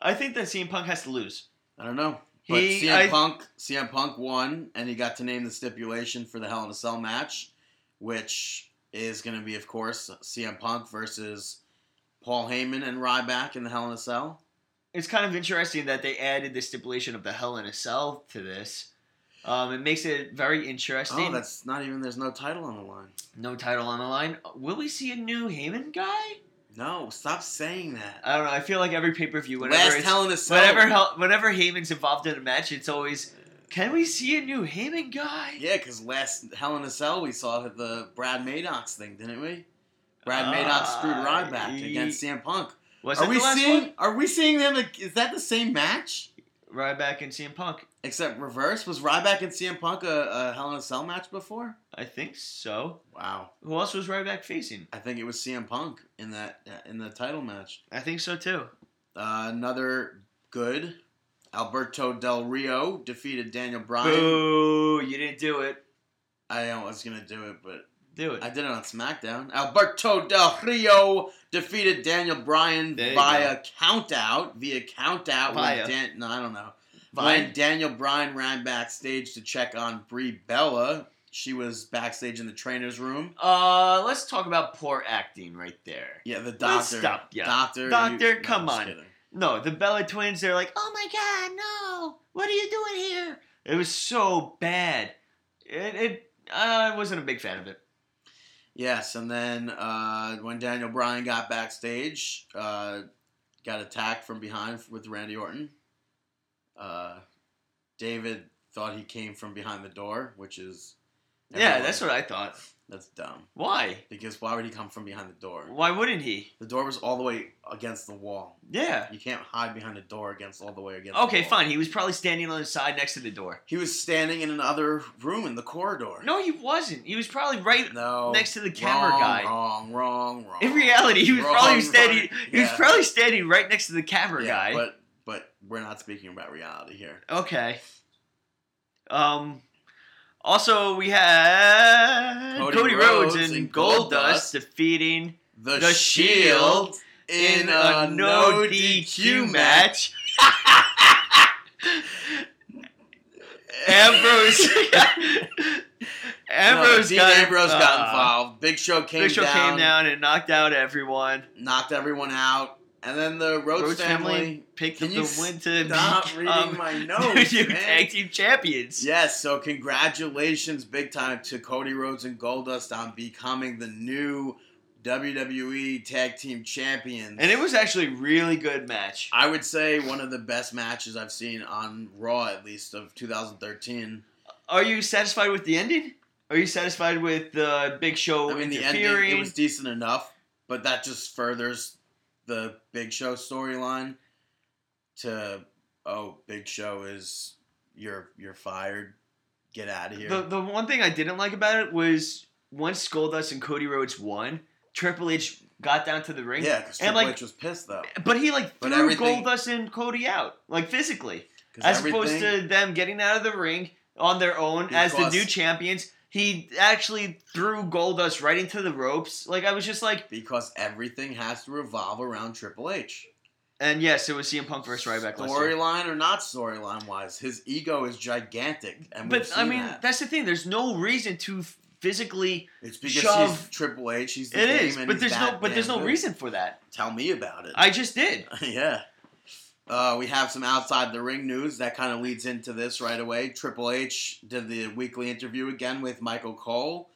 Speaker 3: I think that CM Punk has to lose.
Speaker 2: I don't know. But
Speaker 3: He-
Speaker 2: CM
Speaker 3: I-
Speaker 2: Punk, CM Punk won, and he got to name the stipulation for the Hell in a Cell match, which is going to be, of course, CM Punk versus Paul Heyman and Ryback in the Hell in a Cell.
Speaker 3: It's kind of interesting that they added the stipulation of the Hell in a Cell to this. Um, it makes it very interesting.
Speaker 2: Oh, that's not even. There's no title on the line.
Speaker 3: no title on the line. Will we see a new Heyman guy?
Speaker 2: No, stop saying that.
Speaker 3: I don't know. I feel like every pay per view, whenever
Speaker 2: Last
Speaker 3: it's,
Speaker 2: Hell in a Cell.
Speaker 3: whenever Hel- whenever Heyman's involved in a match, it's always, can we see a new Heyman guy?
Speaker 2: Yeah, because last Hell in a Cell we saw the Brad Maddox thing, didn't we? Brad
Speaker 3: Ah,
Speaker 2: Maddox screwed Ryback
Speaker 3: he-
Speaker 2: against CM Punk.
Speaker 3: Was
Speaker 2: Are
Speaker 3: it
Speaker 2: we
Speaker 3: the last
Speaker 2: seeing?
Speaker 3: one?
Speaker 2: Are we seeing them? ag- Is that the same match?
Speaker 3: Ryback and CM Punk.
Speaker 2: Except reverse was Ryback and CM Punk a, a Hell in a Cell match before?
Speaker 3: I think so.
Speaker 2: Wow,
Speaker 3: Who else was Ryback facing?
Speaker 2: I think it was CM Punk in that in the title match.
Speaker 3: I think so too.
Speaker 2: Uh, another good. Alberto Del Rio defeated Daniel Bryan.
Speaker 3: Boo! You didn't do it.
Speaker 2: I know I was gonna do it, but
Speaker 3: Do it.
Speaker 2: I did it on SmackDown. Alberto Del Rio defeated Daniel Bryan
Speaker 3: There you
Speaker 2: via count out. Via count out.
Speaker 3: Via.
Speaker 2: Dan- no, I don't know.
Speaker 3: Via.
Speaker 2: When Daniel Bryan ran backstage to check on Brie Bella, she was backstage in the trainer's room.
Speaker 3: uh, let's talk about poor acting right there.
Speaker 2: Yeah, the doctor.
Speaker 3: Let's stop, yeah.
Speaker 2: Doctor.
Speaker 3: Doctor,
Speaker 2: no,
Speaker 3: come
Speaker 2: just
Speaker 3: on.
Speaker 2: kidding.
Speaker 3: No, the Bella twins. They're like, oh my god, no! What are you doing here? It was so bad. It, it I wasn't a big fan of it.
Speaker 2: Yes, and then uh, when Daniel Bryan got backstage, uh, got attacked from behind with Randy Orton. Uh, David thought he came from behind the door, which is
Speaker 3: Yeah, that's what I thought.
Speaker 2: that's dumb.
Speaker 3: Why?
Speaker 2: Because why would he come from behind the door?
Speaker 3: Why wouldn't he?
Speaker 2: The door was all the way against the wall.
Speaker 3: Yeah.
Speaker 2: You can't hide behind a door against all the way against.
Speaker 3: Okay,
Speaker 2: the wall.
Speaker 3: fine. He was probably standing on the side next to the door.
Speaker 2: He was standing in another room in the corridor.
Speaker 3: No, he wasn't. He was probably right
Speaker 2: no.
Speaker 3: next to the camera
Speaker 2: wrong,
Speaker 3: guy.
Speaker 2: Wrong, wrong, wrong.
Speaker 3: In reality, he was
Speaker 2: Wrong,
Speaker 3: probably
Speaker 2: wrong.
Speaker 3: standing. He was
Speaker 2: Yeah.
Speaker 3: probably standing right next to the camera
Speaker 2: yeah,
Speaker 3: guy.
Speaker 2: But but we're not speaking about reality here.
Speaker 3: Okay. Um. Also, we had Cody,
Speaker 2: Cody
Speaker 3: Rhodes,
Speaker 2: Rhodes
Speaker 3: and,
Speaker 2: and
Speaker 3: Goldust
Speaker 2: Goldust
Speaker 3: defeating
Speaker 2: The,
Speaker 3: The Shield in a no DQ match. Ambrose. Ambrose
Speaker 2: Ambrose, no, Dean
Speaker 3: got,
Speaker 2: Ambrose got
Speaker 3: uh,
Speaker 2: involved. Big Show came
Speaker 3: Big Show
Speaker 2: down,
Speaker 3: came down and knocked out everyone.
Speaker 2: knocked everyone out, and then the Rhodes,
Speaker 3: Rhodes
Speaker 2: family.
Speaker 3: family um, picked
Speaker 2: Can
Speaker 3: up
Speaker 2: you
Speaker 3: the win to
Speaker 2: stop reading
Speaker 3: become
Speaker 2: my notes,
Speaker 3: new
Speaker 2: man?
Speaker 3: tag team champions.
Speaker 2: Yes, so congratulations, big time, to Cody Rhodes and Goldust on becoming the new WWE Tag Team Champions.
Speaker 3: And it was actually a really good match.
Speaker 2: I would say, one of the best matches I've seen on Raw, at least of 2013.
Speaker 3: Are you satisfied with the ending? Are you satisfied with the Big Show
Speaker 2: I mean, the
Speaker 3: interfering?
Speaker 2: ending it was decent enough, but that just furthers the Big Show storyline. To oh, Big Show is you're you're fired, get out of here.
Speaker 3: The the one thing I didn't like about it was once Goldust and Cody Rhodes won, Triple H got down to the ring.
Speaker 2: yeah, because
Speaker 3: and,
Speaker 2: Triple
Speaker 3: like-
Speaker 2: H was pissed though.
Speaker 3: But he like
Speaker 2: But
Speaker 3: threw
Speaker 2: everything-
Speaker 3: Goldust and Cody out, like physically,
Speaker 2: 'Cause
Speaker 3: as opposed
Speaker 2: everything-
Speaker 3: to them getting out of the ring on their own as the
Speaker 2: Because-
Speaker 3: new champions. He actually threw Goldust right into the ropes. Like I was just like,
Speaker 2: because everything has to revolve around Triple H.
Speaker 3: and yes, it was CM Punk versus Ryback. last year.
Speaker 2: Storyline or not storyline wise, his ego is gigantic, and we've
Speaker 3: But I
Speaker 2: seen
Speaker 3: mean,
Speaker 2: that.
Speaker 3: that's the thing. There's no reason to f- physically.
Speaker 2: it's because he's
Speaker 3: shove-
Speaker 2: Triple H. He's the
Speaker 3: It
Speaker 2: game,
Speaker 3: is,
Speaker 2: and
Speaker 3: but
Speaker 2: he's
Speaker 3: there's no,
Speaker 2: that
Speaker 3: but there's
Speaker 2: damn
Speaker 3: no
Speaker 2: good.
Speaker 3: reason for that.
Speaker 2: Tell me about it.
Speaker 3: I just did.
Speaker 2: yeah. Uh, we have some outside the ring news that kind of leads into this right away. Triple H did the weekly interview again with Michael Cole.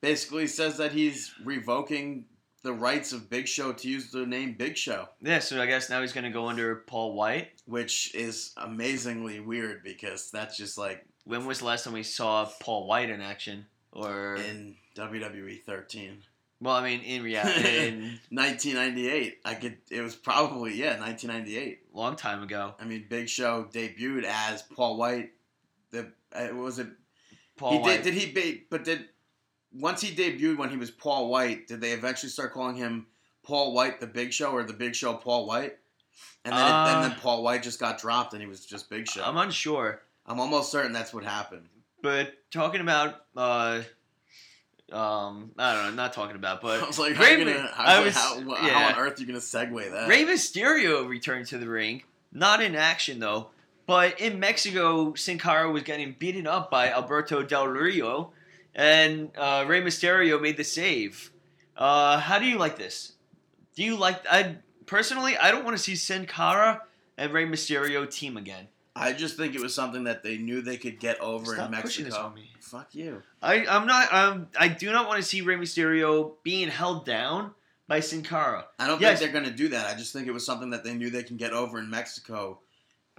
Speaker 2: Basically says that he's revoking the rights of Big Show to use the name Big Show,
Speaker 3: Yeah, so I guess now he's gonna go under Paul White.
Speaker 2: which is amazingly weird because that's just like
Speaker 3: When was the last time we saw Paul White in action? Or
Speaker 2: in E WWE 13.
Speaker 3: well, I mean, in reality, in
Speaker 2: 1998. I could it was probably yeah, 1998.
Speaker 3: long time ago,
Speaker 2: I mean, Big Show debuted as Paul White. The uh, was it
Speaker 3: Paul
Speaker 2: he
Speaker 3: White.
Speaker 2: did. Did he? Be, but did once he debuted when he was Paul White? Did they eventually start calling him Paul White the Big Show or the Big Show Paul White? And then, it,
Speaker 3: Uh,
Speaker 2: and then Paul White just got dropped, and he was just Big Show.
Speaker 3: I'm
Speaker 2: I'm,
Speaker 3: unsure,
Speaker 2: almost certain that's what happened.
Speaker 3: but talking about, uh, um, I don't know, not talking about,
Speaker 2: I
Speaker 3: but
Speaker 2: was like, how,
Speaker 3: Rey
Speaker 2: you
Speaker 3: Mi-
Speaker 2: gonna, how,
Speaker 3: I was-
Speaker 2: how, how
Speaker 3: yeah.
Speaker 2: on earth are you gonna segue that?
Speaker 3: Rey Mysterio returned to the ring, not in action though, but in Mexico, Sin Cara was getting beaten up by Alberto Del Rio, and uh, Rey Mysterio made the save. Uh, how do you like this? Do you like? I personally, I don't want to see Sin Cara and Rey Mysterio team again.
Speaker 2: I just think it was something that they knew they could get over
Speaker 3: Stop
Speaker 2: in
Speaker 3: pushing this on
Speaker 2: Mexico.
Speaker 3: me.
Speaker 2: Fuck you.
Speaker 3: I, I'm not. I'm, I do not want to see Rey Mysterio being held down by Sin Cara.
Speaker 2: I don't
Speaker 3: Yes.
Speaker 2: think they're going to do that. I just think it was something that they knew they can get over in Mexico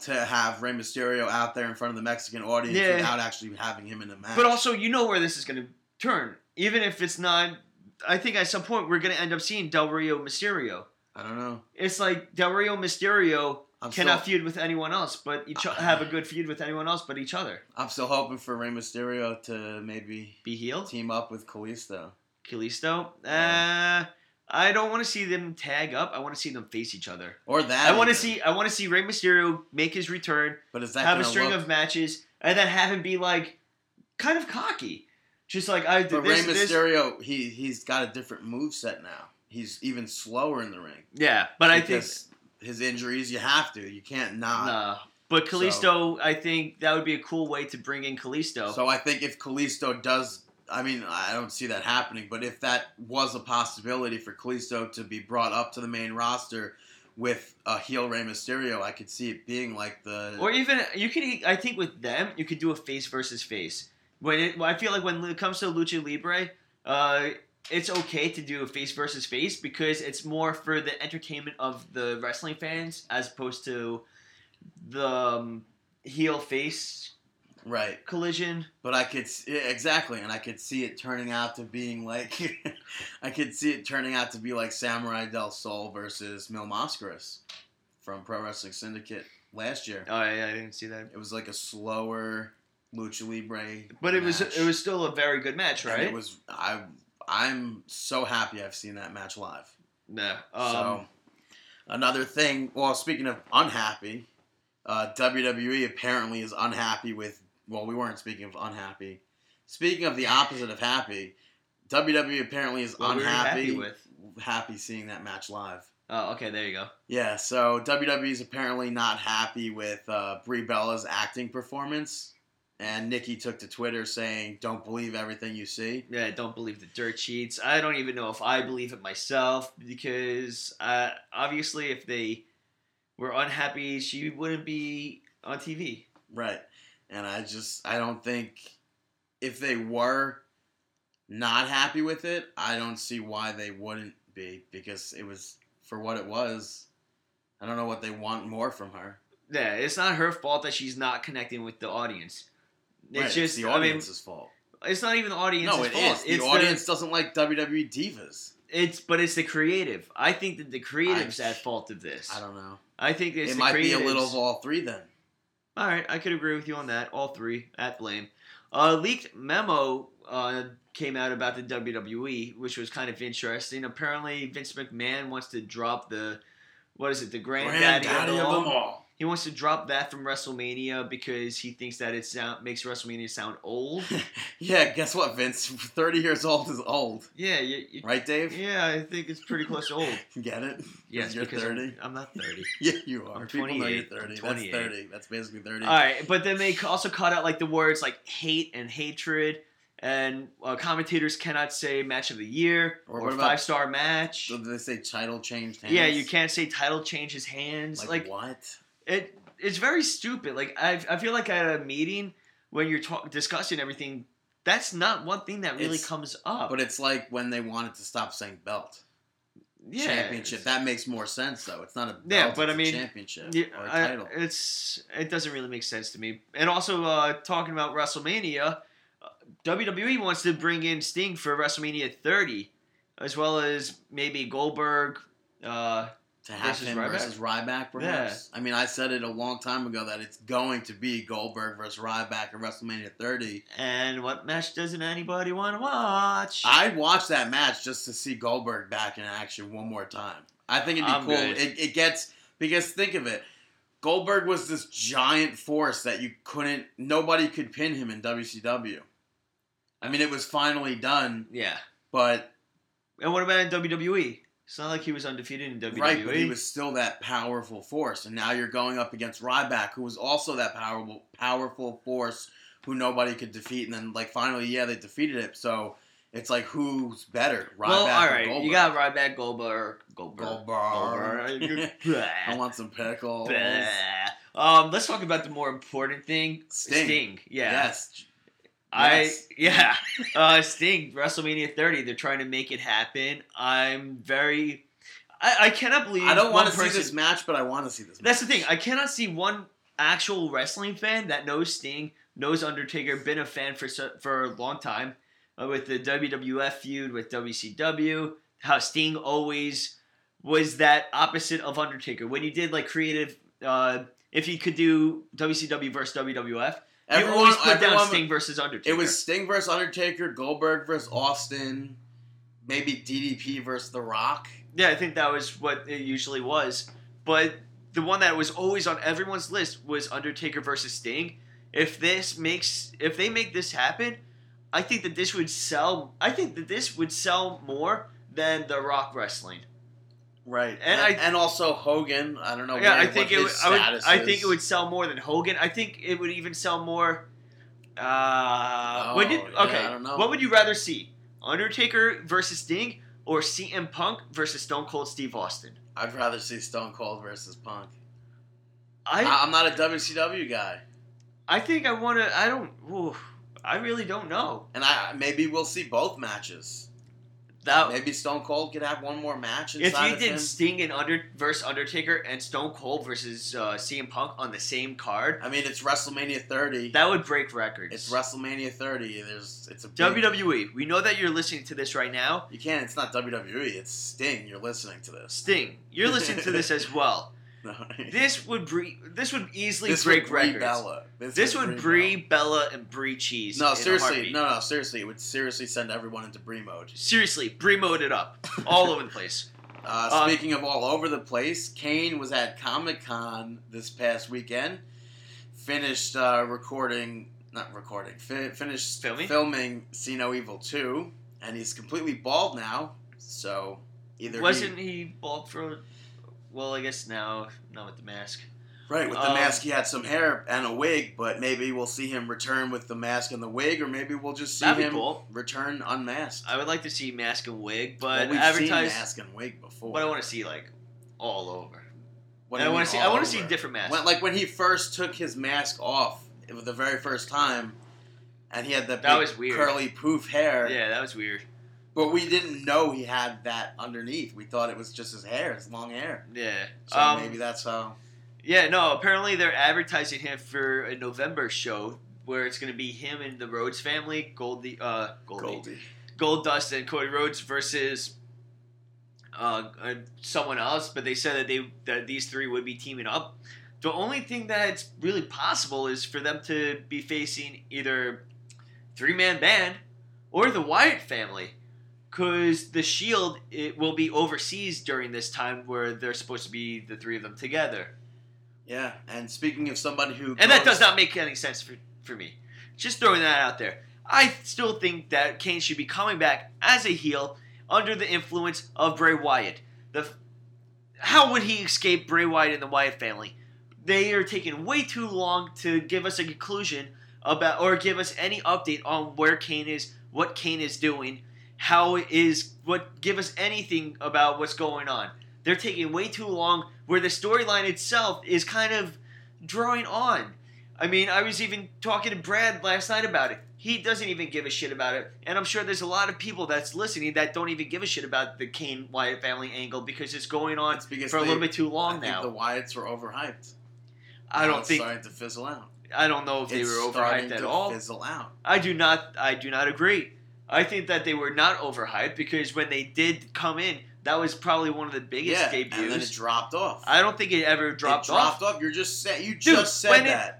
Speaker 2: to have Rey Mysterio out there in front of the Mexican audience
Speaker 3: Yeah.
Speaker 2: without actually having him in the match.
Speaker 3: But also, you know where this is going to turn. Even if it's not, I think at some point we're going to end up seeing Del Rio Mysterio.
Speaker 2: I don't know.
Speaker 3: It's like Del Rio Mysterio
Speaker 2: I'm Ah. still,
Speaker 3: cannot feud with anyone else, but each have a good feud with anyone else but each other.
Speaker 2: I'm still hoping for Rey Mysterio to maybe
Speaker 3: Be healed,
Speaker 2: team up with Kalisto.
Speaker 3: Kalisto. Uh, I don't want to see them tag up. I want to see them face each other.
Speaker 2: Or that.
Speaker 3: I want to
Speaker 2: even.
Speaker 3: see. I want to see Rey Mysterio make his return,
Speaker 2: But is that
Speaker 3: have a
Speaker 2: gonna
Speaker 3: string
Speaker 2: look-
Speaker 3: of matches, and then have him be like, kind of cocky, just like I did
Speaker 2: But
Speaker 3: this.
Speaker 2: Rey
Speaker 3: this-
Speaker 2: Mysterio, he he's got a different move set now. He's even slower in the ring.
Speaker 3: yeah, but I think
Speaker 2: because his injuries. You have to. You can't not.
Speaker 3: Nah. But Kalisto, I think that would be a cool way to bring in Kalisto.
Speaker 2: So I think if Kalisto does, I mean, I don't see that happening, but if that was a possibility for Kalisto to be brought up to the main roster with a heel Rey Mysterio, I could see it being like the.
Speaker 3: or even you can, I think with them, you could do a face versus face. When it, I feel like when it comes to lucha libre, uh, it's okay to do a face versus face because it's more for the entertainment of the wrestling fans as opposed to the um, heel face
Speaker 2: Right.
Speaker 3: collision.
Speaker 2: But I could s- yeah, exactly, and I could see it turning out to being like, I could see it turning out to be like Samurai Del Sol versus Mil Moscaris from Pro Wrestling Syndicate last year.
Speaker 3: Oh yeah, I didn't see that.
Speaker 2: It was like a slower lucha libre,
Speaker 3: But it was
Speaker 2: match,
Speaker 3: it was still a very good match,
Speaker 2: and
Speaker 3: right?
Speaker 2: It was I. I'm so happy I've seen that match live.
Speaker 3: no. Um,
Speaker 2: so Um, another thing. Well, speaking of unhappy, uh, WWE apparently is unhappy with. Well, we weren't speaking of unhappy. Speaking of the opposite of happy, WWE apparently is
Speaker 3: what were you
Speaker 2: unhappy.
Speaker 3: happy with.
Speaker 2: happy seeing that match live.
Speaker 3: Oh, okay, there you go.
Speaker 2: Yeah, so WWE is apparently not happy with uh, Brie Bella's acting performance, and Nikki took to Twitter saying, "Don't believe everything you see."
Speaker 3: Yeah, I don't believe the dirt sheets. I don't even know if I believe it myself because uh, obviously, if they were unhappy, she wouldn't be on TV.
Speaker 2: Right. And I just I don't think if they were not happy with it, I don't see why they wouldn't be because it was for what it was. I don't know what they want more from her.
Speaker 3: Yeah, it's not her fault that she's not connecting with the audience. It's
Speaker 2: Right,
Speaker 3: just
Speaker 2: the
Speaker 3: I mean,
Speaker 2: audience's fault.
Speaker 3: it's not even the audience's
Speaker 2: No, it
Speaker 3: fault.
Speaker 2: is. The
Speaker 3: It's
Speaker 2: audience doesn't like WWE divas.
Speaker 3: it's but it's the creative. I think that the creatives at fault of this.
Speaker 2: I don't know.
Speaker 3: I think it's
Speaker 2: it
Speaker 3: the
Speaker 2: might be a
Speaker 3: creatives.
Speaker 2: little of all three then.
Speaker 3: All right, I could agree with you on that. All three at blame. A leaked memo uh, came out about the WWE, which was kind of interesting. Apparently, Vince McMahon wants to drop the what is it, the granddaddy,
Speaker 2: Granddaddy of
Speaker 3: of, them all.
Speaker 2: them all.
Speaker 3: He wants to drop that from WrestleMania because he thinks that it sound makes WrestleMania sound old.
Speaker 2: Yeah, guess what, Vince? Thirty years old is old,
Speaker 3: yeah, you, you,
Speaker 2: right, Dave?
Speaker 3: yeah, I think it's pretty close to old.
Speaker 2: Get it?
Speaker 3: Yes,
Speaker 2: you're
Speaker 3: because
Speaker 2: 30.
Speaker 3: I'm, I'm not thirty.
Speaker 2: Yeah, you are.
Speaker 3: I'm
Speaker 2: People know you're
Speaker 3: 28.
Speaker 2: 30.
Speaker 3: I'm
Speaker 2: That's
Speaker 3: 28.
Speaker 2: 30. That's basically 30.
Speaker 3: All right, but then they also caught out like the words like hate and hatred, and uh, commentators cannot say match of the year
Speaker 2: Or
Speaker 3: or,
Speaker 2: what about-
Speaker 3: five star match.
Speaker 2: So they say title changed hands.
Speaker 3: yeah, you can't say title changes hands.
Speaker 2: Like,
Speaker 3: Like,
Speaker 2: what?
Speaker 3: it, it's very stupid. Like I, I feel like at a meeting when you're talk, discussing everything, that's not one thing that really
Speaker 2: It's-
Speaker 3: comes up.
Speaker 2: But it's like when they wanted to stop saying belt
Speaker 3: yeah,
Speaker 2: championship. That makes more sense though. It's not a belt,
Speaker 3: Yeah, but
Speaker 2: it's
Speaker 3: I
Speaker 2: a
Speaker 3: mean,
Speaker 2: championship
Speaker 3: Yeah,
Speaker 2: or a
Speaker 3: I-
Speaker 2: title.
Speaker 3: it's it doesn't really make sense to me. And also, uh, talking about WrestleMania, uh, WWE wants to bring in Sting for WrestleMania 30, as well as maybe Goldberg. Uh,
Speaker 2: to have
Speaker 3: versus
Speaker 2: him
Speaker 3: Ryback.
Speaker 2: versus Ryback, perhaps. I mean, I said it a long time ago that it's going to be Goldberg versus Ryback at WrestleMania 30.
Speaker 3: and what match doesn't anybody want to watch?
Speaker 2: I watched that match just to see Goldberg back in action one more time. I think it'd be
Speaker 3: I'm
Speaker 2: cool.
Speaker 3: good.
Speaker 2: It, it gets because think of it, Goldberg was this giant force that you couldn't, nobody could pin him in WCW. I mean, it was finally done,
Speaker 3: yeah.
Speaker 2: but
Speaker 3: And what about in WWE? It's not like he was undefeated in E. WWE.
Speaker 2: right, but he was still that powerful force, and now you're going up against Ryback, who was also that powerful, powerful force who nobody could defeat, and then like finally, yeah, they defeated it. So it's like who's better, Ryback
Speaker 3: well, all
Speaker 2: or
Speaker 3: right.
Speaker 2: Goldberg?
Speaker 3: You got Ryback, Goldberg, Goldberg,
Speaker 2: Goldberg.
Speaker 3: Goldberg.
Speaker 2: I want some pickles.
Speaker 3: Bleh. Um, let's talk about the more important thing.
Speaker 2: Sting.
Speaker 3: Yeah.
Speaker 2: Yes.
Speaker 3: I
Speaker 2: Yes.
Speaker 3: yeah. Uh, Sting WrestleMania 30. They're trying to make it happen. I'm very. I, I cannot believe.
Speaker 2: I don't
Speaker 3: one
Speaker 2: want to see
Speaker 3: person-
Speaker 2: this match, but I want to see this.
Speaker 3: That's the
Speaker 2: match.
Speaker 3: thing. I cannot see one actual wrestling fan that knows Sting, knows Undertaker, been a fan for so- for a long time, uh, with the WWF feud with WCW. How Sting always was that opposite of Undertaker. When you did like creative, uh, if you could do WCW versus WWF, you always put down
Speaker 2: everyone-
Speaker 3: Sting versus Undertaker.
Speaker 2: It was Sting versus Undertaker, Goldberg versus Austin, maybe DDP versus The Rock.
Speaker 3: Yeah, I think that was what it usually was. But the one that was always on everyone's list was Undertaker versus Sting. If this makes if they make this happen, I think that this would sell I think that this would sell more than the Rock wrestling.
Speaker 2: Right,
Speaker 3: And
Speaker 2: and
Speaker 3: I-
Speaker 2: and also Hogan. I don't know.
Speaker 3: yeah,
Speaker 2: where,
Speaker 3: I think
Speaker 2: Oh, what
Speaker 3: it would,
Speaker 2: his
Speaker 3: I would
Speaker 2: status
Speaker 3: I think
Speaker 2: is.
Speaker 3: it would sell more than Hogan. I think it would even sell more uh would you,
Speaker 2: Oh,
Speaker 3: okay.
Speaker 2: yeah, I don't know.
Speaker 3: What would you rather see? Undertaker versus Sting or CM Punk versus Stone Cold Steve Austin?
Speaker 2: I'd rather see Stone Cold versus Punk.
Speaker 3: I,
Speaker 2: I, I'm not a WCW guy,
Speaker 3: I think I want to. I don't. oof, I really don't know.
Speaker 2: and I maybe we'll see both matches.
Speaker 3: That
Speaker 2: Maybe Stone Cold could have one more match
Speaker 3: Oh. if
Speaker 2: inside
Speaker 3: you
Speaker 2: of
Speaker 3: did
Speaker 2: him.
Speaker 3: Sting and Under versus Undertaker and Stone Cold versus uh, CM Punk on the same card,
Speaker 2: I mean, it's WrestleMania 30.
Speaker 3: that would break records.
Speaker 2: it's WrestleMania 30. There's it's a big,
Speaker 3: WWE. We know that you're listening to this right now.
Speaker 2: You can't. It's not WWE. It's Sting. You're listening to this.
Speaker 3: Sting, you're listening to this as well.
Speaker 2: No,
Speaker 3: This would bre- this would easily
Speaker 2: this
Speaker 3: break
Speaker 2: would Brie
Speaker 3: records.
Speaker 2: Bella. This,
Speaker 3: This would
Speaker 2: Brie
Speaker 3: Brie Bella and Brie Cheese.
Speaker 2: Bella.
Speaker 3: in
Speaker 2: No,
Speaker 3: a
Speaker 2: seriously.
Speaker 3: heartbeat.
Speaker 2: No, no, seriously. It would seriously send everyone into Brie mode.
Speaker 3: Seriously, Brie mode it up all over the place.
Speaker 2: Uh,
Speaker 3: Uh,
Speaker 2: speaking of all over the place, Kane was at Comic Con this past weekend. Finished uh, recording, not recording, fi- finished
Speaker 3: Filming?
Speaker 2: filming See No Evil 2, and he's completely bald now. So either he-
Speaker 3: Wasn't he bald for? Well, I guess now, not with the mask.
Speaker 2: right with the
Speaker 3: um,
Speaker 2: mask, he had some hair and a wig, but maybe we'll see him return with the mask and the wig, or maybe we'll just see
Speaker 3: That'd be
Speaker 2: him
Speaker 3: cool.
Speaker 2: return unmasked.
Speaker 3: I would like to see mask and wig,
Speaker 2: Well,
Speaker 3: but
Speaker 2: we've
Speaker 3: advertise.
Speaker 2: seen mask and wig before.
Speaker 3: But I want to see like all over.
Speaker 2: What do
Speaker 3: And I
Speaker 2: you
Speaker 3: want
Speaker 2: mean
Speaker 3: to see.
Speaker 2: all
Speaker 3: I want to
Speaker 2: over?
Speaker 3: see different masks.
Speaker 2: When, like when he first took his mask off it was the very first time, and he had that,
Speaker 3: That
Speaker 2: big
Speaker 3: was weird.
Speaker 2: curly poof hair.
Speaker 3: yeah, that was weird.
Speaker 2: But we didn't know he had that underneath. We thought it was just his hair, his long hair.
Speaker 3: Yeah.
Speaker 2: So
Speaker 3: um,
Speaker 2: maybe that's how.
Speaker 3: Yeah, no. Apparently, they're advertising him for a November show where it's going to be him and the Rhodes family, Goldie, uh, Goldie, Gold Dust, and Cody Rhodes versus uh, uh, someone else. But they said that they that these three would be teaming up. The only thing that's really possible is for them to be facing either three man band or the Wyatt family. Because the Shield it will be overseas during this time where they're supposed to be the three of them together.
Speaker 2: Yeah. And speaking of somebody who
Speaker 3: And that
Speaker 2: goes-
Speaker 3: does not make any sense for, for me. Just throwing that out there. I still think that Kane should be coming back as a heel under the influence of Bray Wyatt. The f- how would he escape Bray Wyatt and the Wyatt family? They are taking way too long to give us a conclusion about or give us any update on where Kane is, what Kane is doing, how it is what give us anything about what's going on. They're taking way too long where the storyline itself is kind of drawing on. I mean, I was even talking to Brad last night about it. He doesn't even give a shit about it. And I'm sure there's a lot of people that's listening that don't even give a shit about the Kane Wyatt family angle because it's going on
Speaker 2: It's because
Speaker 3: for a
Speaker 2: they-
Speaker 3: little bit too
Speaker 2: I
Speaker 3: long
Speaker 2: think
Speaker 3: now.
Speaker 2: the Wyatts were overhyped.
Speaker 3: I
Speaker 2: Now
Speaker 3: don't
Speaker 2: it's
Speaker 3: think
Speaker 2: starting to fizzle out.
Speaker 3: I don't know if they
Speaker 2: It's
Speaker 3: were
Speaker 2: starting
Speaker 3: overhyped at
Speaker 2: to
Speaker 3: all.
Speaker 2: Fizzle out.
Speaker 3: I do not I do not agree. I think that they were not overhyped because when they did come in, that was probably one of the biggest
Speaker 2: yeah.
Speaker 3: debuts.
Speaker 2: And then it dropped off.
Speaker 3: I don't think it ever dropped,
Speaker 2: it dropped off. You're just saying. You just said
Speaker 3: when it-
Speaker 2: that.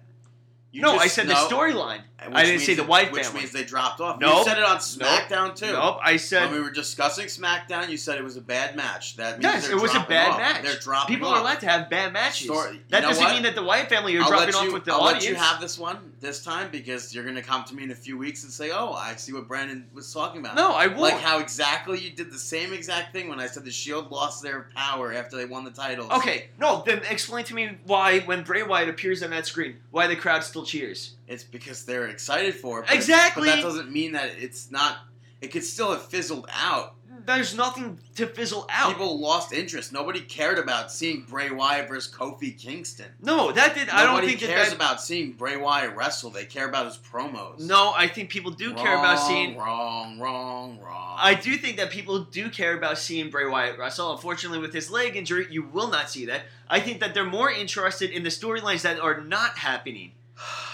Speaker 2: You
Speaker 3: no,
Speaker 2: just-
Speaker 3: I said the
Speaker 2: no.
Speaker 3: storyline.
Speaker 2: Which
Speaker 3: I didn't
Speaker 2: means
Speaker 3: say the
Speaker 2: that-
Speaker 3: Wyatt
Speaker 2: which
Speaker 3: family.
Speaker 2: means they dropped off. You
Speaker 3: Nope.
Speaker 2: said it on SmackDown too.
Speaker 3: Nope, I said
Speaker 2: When we were discussing SmackDown, you said it was a bad match. That means
Speaker 3: Yes,
Speaker 2: they're
Speaker 3: it was a
Speaker 2: dropping
Speaker 3: bad
Speaker 2: off.
Speaker 3: match.
Speaker 2: They're dropping
Speaker 3: People
Speaker 2: off.
Speaker 3: are allowed to have bad matches.
Speaker 2: Story- you
Speaker 3: that
Speaker 2: know
Speaker 3: doesn't
Speaker 2: what?
Speaker 3: mean that the Wyatt family are
Speaker 2: I'll
Speaker 3: dropping
Speaker 2: let
Speaker 3: off
Speaker 2: you,
Speaker 3: with the
Speaker 2: I'll
Speaker 3: audience.
Speaker 2: let you have this one this time because you're gonna come to me in a few weeks and say, "Oh, I see what Brandon was talking about."
Speaker 3: no, I won't.
Speaker 2: Like how exactly you did the same exact thing when I said the Shield lost their power after they won the titles.
Speaker 3: okay, no, then explain to me why when Bray Wyatt appears on that screen, why the crowd still cheers.
Speaker 2: it's because they're excited for it. but-
Speaker 3: Exactly.
Speaker 2: but that doesn't mean that it's not. It could still have fizzled out
Speaker 3: There's nothing to fizzle out.
Speaker 2: People lost interest. Nobody cared about seeing Bray Wyatt versus Kofi Kingston.
Speaker 3: no, that did. I don't
Speaker 2: Nobody
Speaker 3: think that
Speaker 2: cares
Speaker 3: that.
Speaker 2: about seeing Bray Wyatt wrestle. They care about his promos.
Speaker 3: no, I think people do care about
Speaker 2: Wrong,
Speaker 3: seeing.
Speaker 2: wrong, wrong, wrong.
Speaker 3: I do think that people do care about seeing Bray Wyatt wrestle. Unfortunately, with his leg injury, you will not see that. I think that they're more interested in the storylines that are not happening.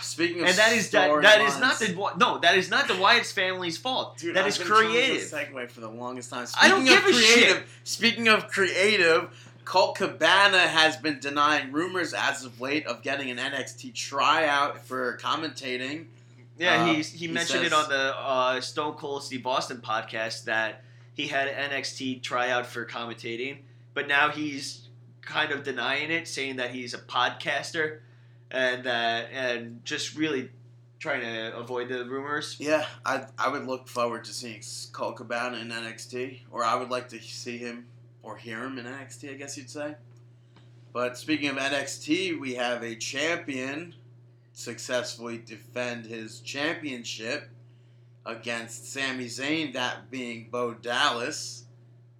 Speaker 2: Speaking of
Speaker 3: and that is that
Speaker 2: storylines-
Speaker 3: that is not the Wy- no that is not the Wyatt's family's fault.
Speaker 2: Dude,
Speaker 3: that
Speaker 2: I've
Speaker 3: is
Speaker 2: been trying to
Speaker 3: creative.
Speaker 2: Segue for the longest time.
Speaker 3: I don't
Speaker 2: Speaking of
Speaker 3: give a shit.
Speaker 2: creative, Speaking of creative, Colt Cabana has been denying rumors as of late of getting an NXT tryout for commentating.
Speaker 3: yeah,
Speaker 2: Uh,
Speaker 3: he he
Speaker 2: he
Speaker 3: mentioned
Speaker 2: says-
Speaker 3: it on the uh, Stone Cold Steve Austin podcast that he had an NXT tryout for commentating, but now he's kind of denying it, saying that he's a podcaster and that and just really trying to avoid the rumors.
Speaker 2: Yeah, I I would look forward to seeing Cole Cabana in NXT, or I would like to see him or hear him in NXT. I guess you'd say. But speaking of NXT, we have a champion successfully defend his championship against Sami Zayn, that being Bo Dallas.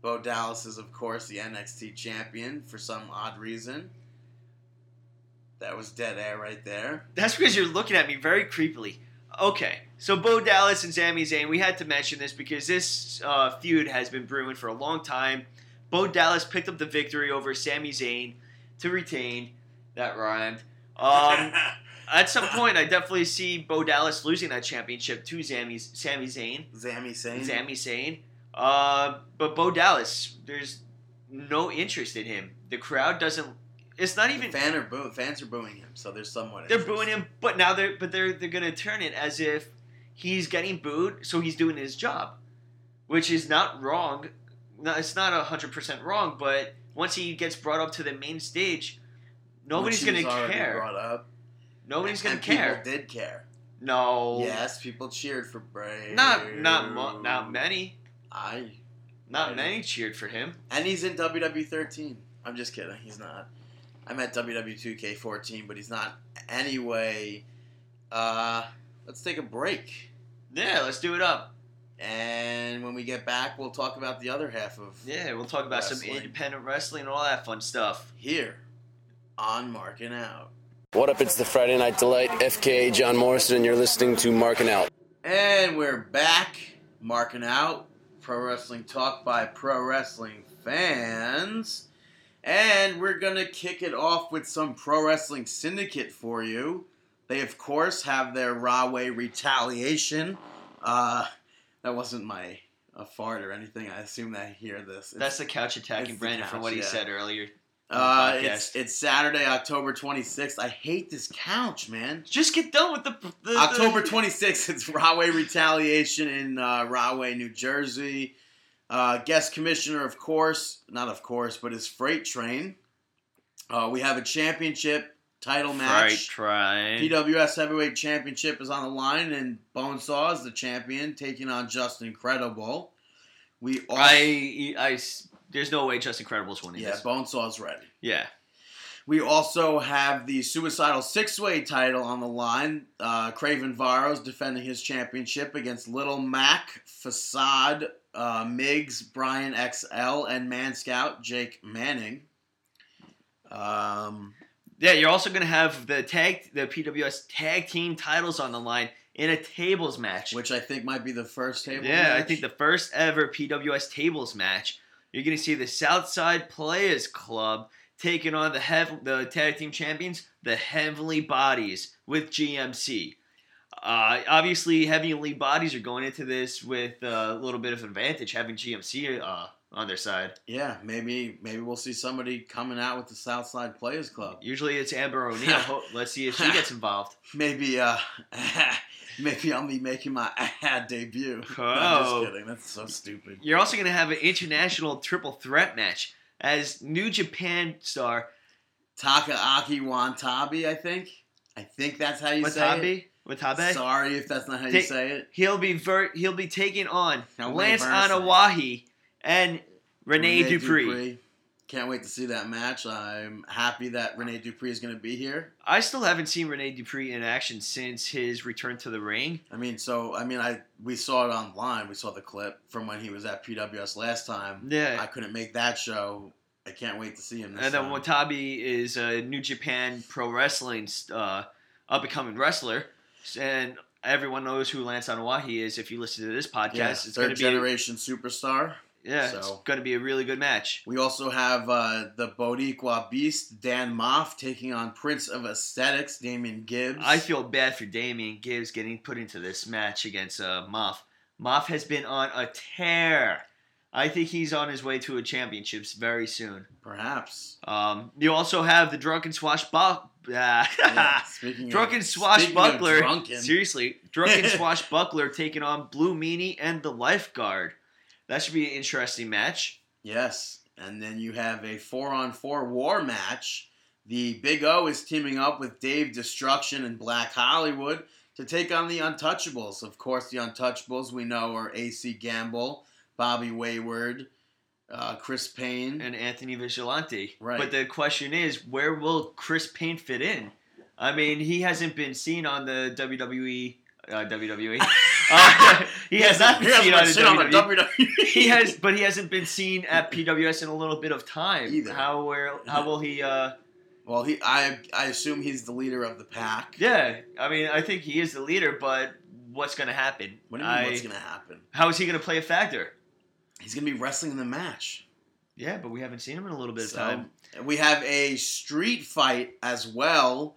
Speaker 2: Bo Dallas is, of course, the NXT champion for some odd reason. That was dead air right there.
Speaker 3: That's because you're looking at me very creepily. Okay, So Bo Dallas and Sami Zayn, we had to mention this because this uh, feud has been brewing for a long time. Bo Dallas picked up the victory over Sami Zayn to retain. That rhymed. Um, at some point, I definitely see Bo Dallas losing that championship to Sami Sami Zayn.
Speaker 2: Zammy saying.
Speaker 3: Sami Zayn. Uh, but Bo Dallas, there's no interest in him. The crowd doesn't. It's not even.
Speaker 2: Fan are boo- fans are booing him, so there's somewhat.
Speaker 3: They're
Speaker 2: interest.
Speaker 3: booing him, but now they're but they're they're gonna turn it as if he's getting booed, so he's doing his job, which is not wrong. No, it's not hundred percent wrong, but once he gets brought up to the main stage, nobody's
Speaker 2: Which
Speaker 3: gonna
Speaker 2: he was already
Speaker 3: care.
Speaker 2: Brought up.
Speaker 3: Nobody's
Speaker 2: and
Speaker 3: gonna care.
Speaker 2: People did care.
Speaker 3: No.
Speaker 2: Yes, people cheered for Bray.
Speaker 3: Not not mo- not many.
Speaker 2: I.
Speaker 3: Not
Speaker 2: Right.
Speaker 3: many cheered for him.
Speaker 2: And he's in WWE 13. I'm just kidding. He's not. I'm at E WWE 2K14, but he's not anyway. Uh, let's take a break,
Speaker 3: Yeah, let's do it up.
Speaker 2: and when we get back, we'll talk about the other half of
Speaker 3: Yeah, we'll talk about some
Speaker 2: Wrestling.
Speaker 3: independent wrestling and all that fun stuff.
Speaker 2: here on Marking Out.
Speaker 4: What up? It's the Friday Night Delight, FKA John Morrison, and you're listening to Marking Out.
Speaker 2: And we're back, marking out pro wrestling talk by pro wrestling fans. And we're going to kick it off with some pro wrestling syndicate for you. They, of course, have their Rahway retaliation. Uh, that wasn't my a fart or anything. I assume they hear this. It's-
Speaker 3: That's the couch attacking
Speaker 2: It's the
Speaker 3: Brandon from
Speaker 2: couch,
Speaker 3: what he
Speaker 2: yeah.
Speaker 3: said earlier.
Speaker 2: uh,
Speaker 3: podcast.
Speaker 2: it's, it's Saturday, October 26th. I hate this couch, man.
Speaker 3: Just get done with the, the the-
Speaker 2: October 26th, it's Rahway Retaliation in uh, Rahway, New Jersey. Uh, guest commissioner, of course, not of course, but is Freight Train. Uh, we have a championship title match.
Speaker 3: Right,
Speaker 2: PWS Heavyweight Championship is on the line, and Bonesaw is the champion, taking on Justin Credible. We all,
Speaker 3: I, I s- there's no way Justin Credible's winning
Speaker 2: yeah,
Speaker 3: this.
Speaker 2: Bonesaw's ready.
Speaker 3: Yeah,
Speaker 2: We also have the Suicidal Six Way title on the line. Uh, Craven Varo's defending his championship against Little Mac, Facade, uh, Miggs, Brian XL, and Man Scout Jake Manning. Um,
Speaker 3: yeah. You're also gonna have the tag, the PWS tag team titles on the line in a tables match.
Speaker 2: which I think might be the first table.
Speaker 3: yeah, I
Speaker 2: match.
Speaker 3: think the first ever PWS tables match. You're gonna see the Southside Players Club taking on the heav- the tag team champions, the Heavenly Bodies, with GMC. Uh, obviously, Heavenly Bodies are going into this with a little bit of advantage, having GMC uh, on their side.
Speaker 2: yeah, maybe maybe we'll see somebody coming out with the Southside Players Club.
Speaker 3: Usually it's Amber O'Neill. Ho- Let's see if she gets involved.
Speaker 2: Maybe uh, maybe I'll be making my debut. No, I'm
Speaker 3: Oh.
Speaker 2: just kidding. That's so stupid.
Speaker 3: You're also going to have an international triple threat match as New Japan star
Speaker 2: Takaaki Wantabi, I think. I think that's how you say
Speaker 3: Watabe.
Speaker 2: it.
Speaker 3: Watabe.
Speaker 2: Sorry if that's not how you
Speaker 3: Take-
Speaker 2: say it.
Speaker 3: He'll be ver- he'll be taking on
Speaker 2: Now,
Speaker 3: Lance
Speaker 2: Ray Burns.
Speaker 3: Anawahi and Rene, Dupree.
Speaker 2: Can't wait to see that match. I'm happy that Rene Dupree is going to be here.
Speaker 3: I still haven't seen Rene Dupree in action since his return to the ring.
Speaker 2: I mean, so I mean, I we saw it online. We saw the clip from when he was at PWS last time. I
Speaker 3: Yeah.
Speaker 2: couldn't make that show. I can't wait to see him. This
Speaker 3: And then
Speaker 2: time.
Speaker 3: Watabe is a New Japan pro wrestling uh, up and coming wrestler. And everyone knows who Lance Anawahi is if you listen to this podcast.
Speaker 2: yeah,
Speaker 3: it's going
Speaker 2: third
Speaker 3: to be
Speaker 2: generation superstar.
Speaker 3: Yeah, it's
Speaker 2: So-
Speaker 3: going to be a really good match.
Speaker 2: We also have uh, the Boricua Beast Dan Moff taking on Prince of Aesthetics Damien Gibbs.
Speaker 3: I feel bad for Damian Gibbs getting put into this match against uh, Moff. Moff has been on a tear. I think he's on his way to a championships very soon.
Speaker 2: perhaps
Speaker 3: Um, you also have the drunken swashbuck,
Speaker 2: Yeah, speaking
Speaker 3: drunken
Speaker 2: of, speaking
Speaker 3: swashbuckler.
Speaker 2: of drunken,
Speaker 3: Seriously, drunken swashbuckler taking on Blue Meanie and the Lifeguard. That should be an interesting match.
Speaker 2: yes. And then you have a four-on-four war match. The Big O is teaming up with Dave Destruction and Black Hollywood to take on the Untouchables. Of course, the Untouchables we know are AC Gamble, Bobby Wayward, uh, Chris Payne.
Speaker 3: and Anthony Vigilante.
Speaker 2: Right.
Speaker 3: But the question is, where will Chris Payne fit in? I mean, he hasn't been seen on the WWE. Uh, WWE. Uh, he has not been seen on the WWE.
Speaker 2: E.
Speaker 3: he has, but he hasn't been seen at PWS in a little bit of time.
Speaker 2: Either.
Speaker 3: How where? How will he? Uh,
Speaker 2: Well, he I I assume he's the leader of the pack.
Speaker 3: yeah. I mean, I think he is the leader, but what's going to happen.
Speaker 2: What do you mean?
Speaker 3: I-
Speaker 2: what's gonna happen?
Speaker 3: How is he going to play a factor?
Speaker 2: He's gonna be wrestling in the match.
Speaker 3: Yeah, but we haven't seen him in a little bit of
Speaker 2: So,
Speaker 3: time.
Speaker 2: we have a street fight as well.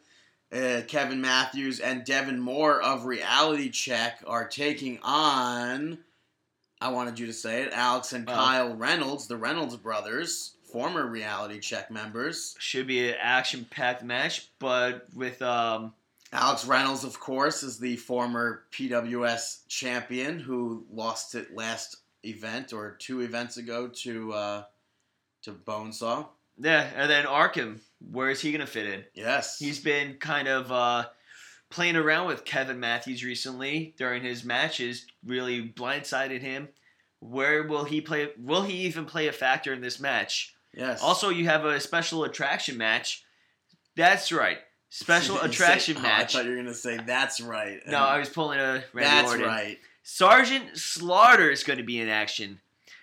Speaker 2: Uh, Kevin Matthews and Devin Moore of Reality Check are taking on. I wanted you to say it, Alex and
Speaker 3: Oh.
Speaker 2: Kyle Reynolds, the Reynolds brothers, former Reality Check members.
Speaker 3: Should be an action-packed match, but with um,
Speaker 2: Alex Reynolds, of course, is the former PWS champion who lost it last event or two events ago to uh, to Bonesaw.
Speaker 3: yeah, and then Arkham. Where is he going to fit in?
Speaker 2: Yes,
Speaker 3: He's been kind of uh, playing around with Kevin Matthews recently during his matches, really blindsided him. Where will he play? Will he even play a factor in this match?
Speaker 2: yes.
Speaker 3: Also, you have a special attraction match. That's right, special
Speaker 2: You say-
Speaker 3: attraction
Speaker 2: oh,
Speaker 3: match.
Speaker 2: I thought you were gonna say that's right.
Speaker 3: no, I was pulling a Randy
Speaker 2: that's
Speaker 3: Orton.
Speaker 2: right.
Speaker 3: Sergeant Slaughter is going to be in action.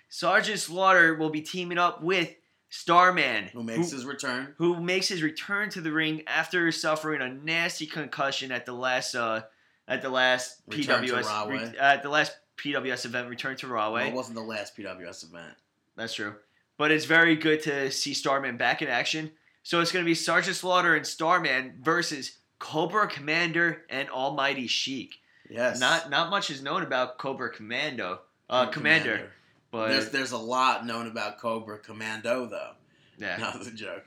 Speaker 3: Sergeant Slaughter will be teaming up with Starman,
Speaker 2: Who makes his return?
Speaker 3: who makes his return to the ring after suffering a nasty concussion at the last uh at the last
Speaker 2: Return to
Speaker 3: PWS
Speaker 2: Rahway.
Speaker 3: at the last PWS event Return to Rahway.
Speaker 2: Well, it wasn't the last PWS event.
Speaker 3: That's true. But it's very good to see Starman back in action. So it's going to be Sergeant Slaughter and Starman versus Cobra Commander and Almighty Sheik.
Speaker 2: Yes.
Speaker 3: Not not much is known about Cobra Commando. Uh, Commander, but
Speaker 2: There's there's a lot known about Cobra Commando though.
Speaker 3: yeah.
Speaker 2: No, it's a joke.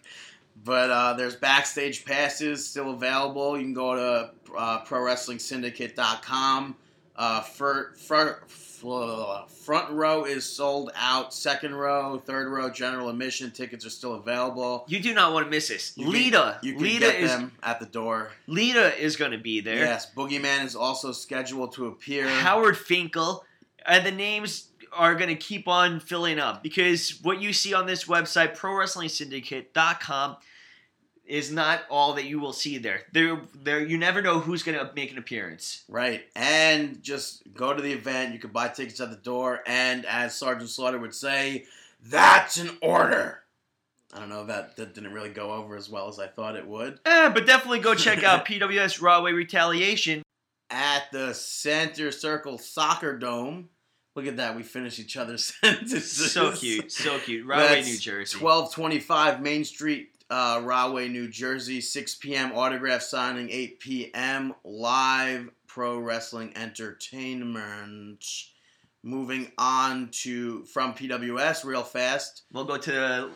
Speaker 2: But uh, there's backstage passes still available. You can go to uh, ProWrestlingSyndicate.com. Uh, fir- fir- fl- front row is sold out. Second row, third row, general admission tickets are still available.
Speaker 3: You do not want to miss this.
Speaker 2: You can-
Speaker 3: Lita,
Speaker 2: You can
Speaker 3: Lita
Speaker 2: get
Speaker 3: is
Speaker 2: them at the door.
Speaker 3: Lita is going to be there.
Speaker 2: Yes, Boogeyman is also scheduled to appear.
Speaker 3: Howard Finkel, and the names are going to keep on filling up because what you see on this website, ProWrestlingSyndicate.com, is not all that you will see there. There, there, you never know who's going to make an appearance.
Speaker 2: Right. And just go to the event. You can buy tickets at the door. And as Sergeant Slaughter would say, that's an order. I don't know, that, that didn't really go over as well as I thought it would.
Speaker 3: Eh, but definitely go check out PWS Rahway Retaliation.
Speaker 2: At the Center Circle Soccer Dome. Look at that. We finish each other's sentences.
Speaker 3: So cute, so cute. Rahway,
Speaker 2: That's
Speaker 3: New Jersey.
Speaker 2: 1225 Main Street, uh, Rahway, New Jersey. 6 p.m. autograph signing, 8 p.m. live pro wrestling entertainment. Moving on to from PWS real fast.
Speaker 3: We'll go to the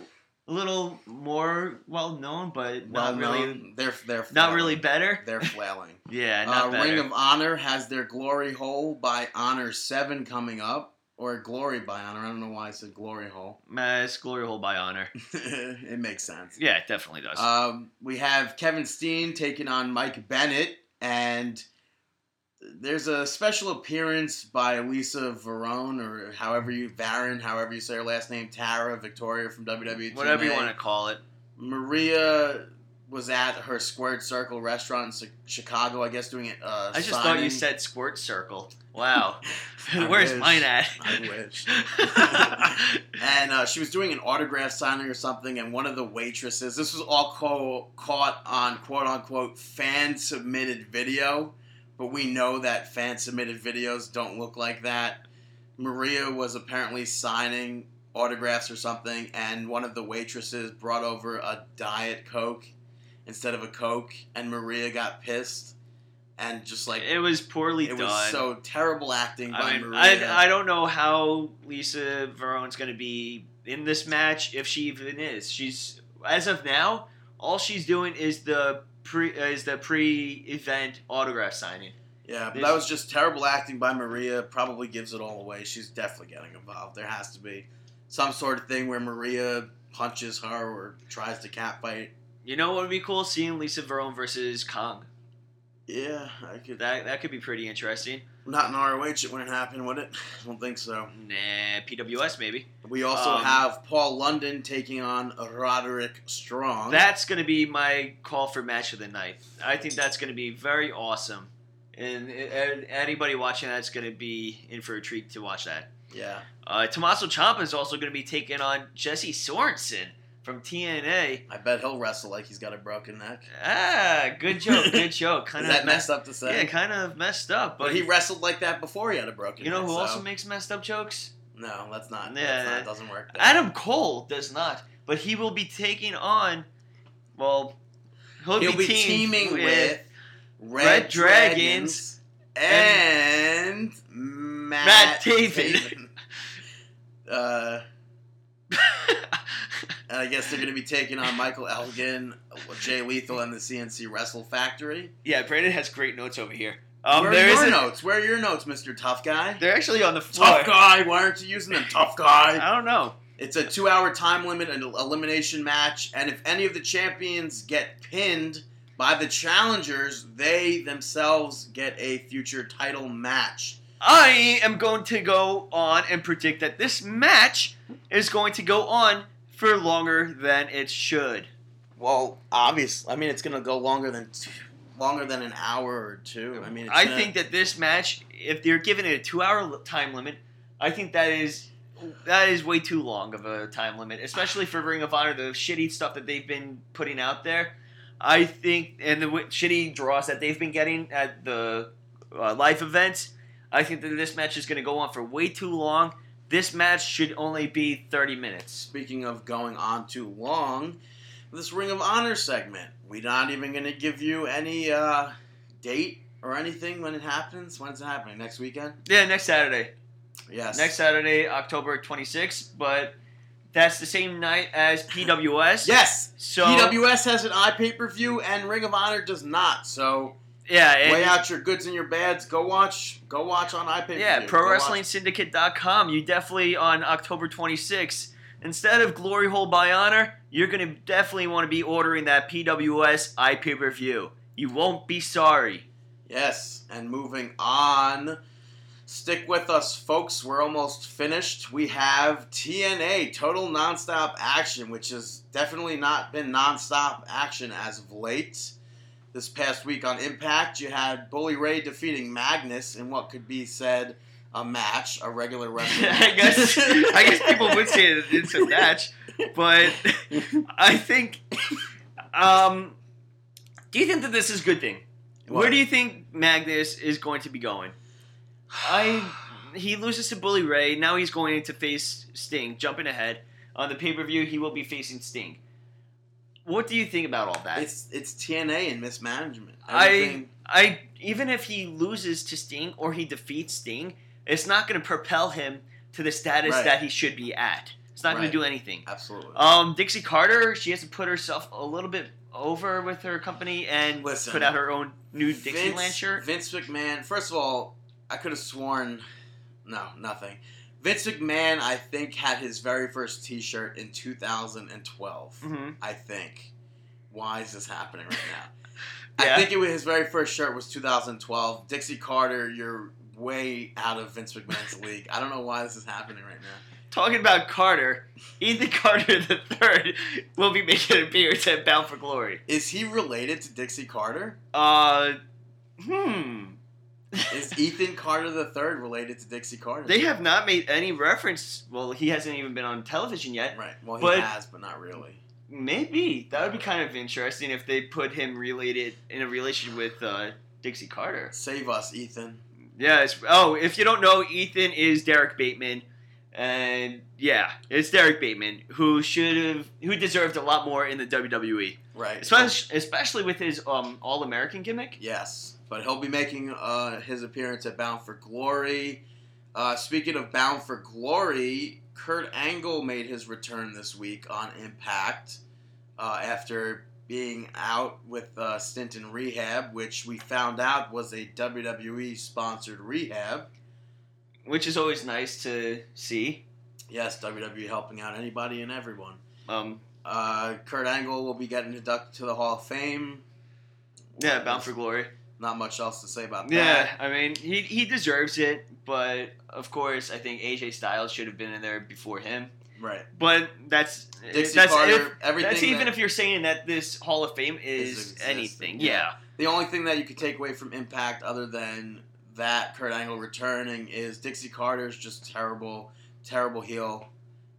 Speaker 3: little more well known, but not
Speaker 2: Well
Speaker 3: really,
Speaker 2: known. they're they're
Speaker 3: not
Speaker 2: flailing.
Speaker 3: really better.
Speaker 2: They're flailing.
Speaker 3: Yeah,
Speaker 2: uh,
Speaker 3: not better.
Speaker 2: Ring of Honor has their Glory Hole by Honor Seven coming up, or Glory by Honor. I don't know why I said Glory Hole.
Speaker 3: Uh, it's glory hole by honor.
Speaker 2: it makes sense.
Speaker 3: Yeah, it definitely does.
Speaker 2: Um, we have Kevin Steen taking on Mike Bennett, and there's a special appearance by Lisa Varone, or however you Varon, however you say her last name, Tara Victoria from E WWE.
Speaker 3: Whatever you
Speaker 2: TNA.
Speaker 3: want to call it.
Speaker 2: Maria was at her Squared Circle restaurant in Chi- Chicago, I guess, doing it. Uh,
Speaker 3: I just thought
Speaker 2: signing.
Speaker 3: you said squirt circle. Wow.
Speaker 2: I
Speaker 3: Where's
Speaker 2: wish.
Speaker 3: mine at?
Speaker 2: I wish. and uh, she was doing an autograph signing or something, and one of the waitresses, this was all co- caught on quote unquote fan submitted video, but we know that fan submitted videos don't look like that. Maria was apparently signing autographs or something, and one of the waitresses brought over a Diet Coke instead of a Coke, and Maria got pissed and just like.
Speaker 3: it was poorly
Speaker 2: it
Speaker 3: done.
Speaker 2: was so terrible acting by
Speaker 3: I mean,
Speaker 2: Maria.
Speaker 3: I, I don't know how Lisa Verone's going to be in this match, if she even is. She's as of now, all she's doing is the pre is the pre-event autograph signing.
Speaker 2: Yeah, but
Speaker 3: This-
Speaker 2: that was just terrible acting by Maria. Probably gives it all away. She's definitely getting involved. There has to be some sort of thing where Maria punches her or tries to catfight.
Speaker 3: You know what would be cool? Seeing Lisa Verone versus Kong.
Speaker 2: Yeah, I could.
Speaker 3: That that could be pretty interesting.
Speaker 2: Not in ROH, it wouldn't happen, would it? I don't think so.
Speaker 3: Nah, PWS maybe.
Speaker 2: We also
Speaker 3: Um,
Speaker 2: have Paul London taking on Roderick Strong.
Speaker 3: That's going to be my call for match of the night. I think that's going to be very awesome. And, and anybody watching that's going to be in for a treat to watch that.
Speaker 2: yeah,
Speaker 3: Uh, Tommaso Ciampa is also going to be taking on Jesse Sorensen, from TNA.
Speaker 2: I bet he'll wrestle like he's got a broken neck.
Speaker 3: Ah, good joke, good joke. Kind
Speaker 2: Is
Speaker 3: of
Speaker 2: that messed up to say?
Speaker 3: Yeah, kind of messed up. But,
Speaker 2: But he wrestled like that before he had a broken.
Speaker 3: you know
Speaker 2: neck,
Speaker 3: who
Speaker 2: so-
Speaker 3: also makes messed up jokes?
Speaker 2: No, that's not. that's
Speaker 3: Yeah,
Speaker 2: not,
Speaker 3: yeah.
Speaker 2: it doesn't work.
Speaker 3: Adam Cole does not, but he will be taking on. Well, he'll,
Speaker 2: He'll be
Speaker 3: teamed
Speaker 2: teaming with Red,
Speaker 3: Red
Speaker 2: Dragons
Speaker 3: Dragons
Speaker 2: and Matt,
Speaker 3: Matt Taven.
Speaker 2: Uh, and I guess they're going to be taking on Michael Elgin, Jay Lethal, and the CNC Wrestle Factory.
Speaker 3: yeah, Brandon has great notes over here. Um,
Speaker 2: Where
Speaker 3: there
Speaker 2: are
Speaker 3: is
Speaker 2: your
Speaker 3: a-
Speaker 2: notes? Where are your notes, Mister Tough Guy?
Speaker 3: They're actually on the floor.
Speaker 2: Tough guy, why aren't you using them, tough guy?
Speaker 3: I don't know.
Speaker 2: It's a two hour time limit and an elimination match, and if any of the champions get pinned by the challengers, they themselves get a future title match.
Speaker 3: I am going to go on and predict that this match is going to go on for longer than it should.
Speaker 2: Well, obvious. I mean, it's gonna go longer than longer than an hour or two. I mean, it's uh,
Speaker 3: I
Speaker 2: gonna-
Speaker 3: think that this match, if they're giving it a two-hour li- time limit, I think that is that is way too long of a time limit, especially for Ring of Honor, the shitty stuff that they've been putting out there. I think, and the wi- shitty draws that they've been getting at the uh, life events. I think that this match is going to go on for way too long. This match should only be thirty minutes.
Speaker 2: Speaking of going on too long, this Ring of Honor segment, we're not even gonna give you any uh, date or anything when it happens. When's it happening? Next weekend?
Speaker 3: Yeah, next Saturday.
Speaker 2: Yes.
Speaker 3: Next Saturday, October 26th, but that's the same night as PWS.
Speaker 2: Yes.
Speaker 3: So
Speaker 2: PWS E has an eye pay per view and Ring of Honor does not. So
Speaker 3: Yeah, and-
Speaker 2: weigh out your goods and your bads. Go watch. Go watch on iPay.
Speaker 3: yeah, ProWrestlingSyndicate.com. You definitely on October 26th. Instead of Glory Hole by Honor, you're gonna definitely want to be ordering that PWS IP review. You won't be sorry.
Speaker 2: Yes, and moving on. Stick with us, folks. We're almost finished. We have TNA Total Nonstop Action, which has definitely not been nonstop action as of late. This past week on Impact, you had Bully Ray defeating Magnus in what could be said a match, a regular wrestling.
Speaker 3: I guess
Speaker 2: match.
Speaker 3: I guess people would say that it's a match, but I think. Um, do you think that this is a good thing? Where
Speaker 2: What?
Speaker 3: do you think Magnus is going to be going? I he loses to Bully Ray. Now he's going to face Sting. Jumping ahead on the pay per view, he will be facing Sting. What do you think about all that?
Speaker 2: It's it's TNA and mismanagement.
Speaker 3: I-
Speaker 2: Everything-
Speaker 3: I even if he loses to Sting or he defeats Sting, it's not going to propel him to the status
Speaker 2: Right.
Speaker 3: that he should be at. It's not going
Speaker 2: Right.
Speaker 3: to do anything.
Speaker 2: absolutely.
Speaker 3: Um, Dixie Carter, she has to put herself a little bit over with her company and
Speaker 2: Listen.
Speaker 3: put out her own new Dixieland
Speaker 2: Vince,
Speaker 3: shirt.
Speaker 2: Vince McMahon. First of all, I could have sworn, no, nothing. Vince McMahon, I think, had his very first T-shirt in 2012.
Speaker 3: hmm
Speaker 2: I think. Why is this happening right now? I
Speaker 3: Yeah.
Speaker 2: think it was his very first shirt was 2012. Dixie Carter, you're way out of Vince McMahon's league. I don't know why this is happening right now.
Speaker 3: Talking about Carter, Ethan Carter the third will be making an appearance at Bound for Glory.
Speaker 2: Is he related to Dixie Carter?
Speaker 3: Uh, hmm.
Speaker 2: Is Ethan Carter the third related to Dixie Carter?
Speaker 3: They have not made any reference. Well, he hasn't even been on television yet.
Speaker 2: right. Well, he
Speaker 3: but-
Speaker 2: has, but not really.
Speaker 3: Maybe that would be kind of interesting if they put him related in a relation with uh, Dixie Carter.
Speaker 2: Save us, Ethan.
Speaker 3: Yes. Oh, if you don't know, Ethan is Derek Bateman, and yeah, it's Derek Bateman who should have, who deserved a lot more in the WWE,
Speaker 2: Right.
Speaker 3: especially especially with his um All American gimmick.
Speaker 2: Yes, but he'll be making uh, his appearance at Bound for Glory. Uh, speaking of Bound for Glory, Kurt Angle made his return this week on Impact uh, after being out with uh, stint in rehab, which we found out was a WWE sponsored rehab.
Speaker 3: which is always nice to see.
Speaker 2: Yes, WWE helping out anybody and everyone.
Speaker 3: Um,
Speaker 2: Uh, Kurt Angle will be getting inducted to the Hall of Fame.
Speaker 3: yeah, Bound for Glory.
Speaker 2: Not much else to say about
Speaker 3: Yeah,
Speaker 2: that.
Speaker 3: I mean he he deserves it, but of course I think AJ Styles should have been in there before him.
Speaker 2: Right.
Speaker 3: But that's
Speaker 2: Dixie
Speaker 3: that's
Speaker 2: Carter,
Speaker 3: if-
Speaker 2: everything.
Speaker 3: that's even
Speaker 2: that-
Speaker 3: if you're saying that this Hall of Fame
Speaker 2: Is
Speaker 3: is
Speaker 2: existing,
Speaker 3: anything.
Speaker 2: yeah.
Speaker 3: yeah.
Speaker 2: The only thing that you could take away from Impact, other than that Kurt Angle returning, is Dixie Carter's just terrible, terrible heel.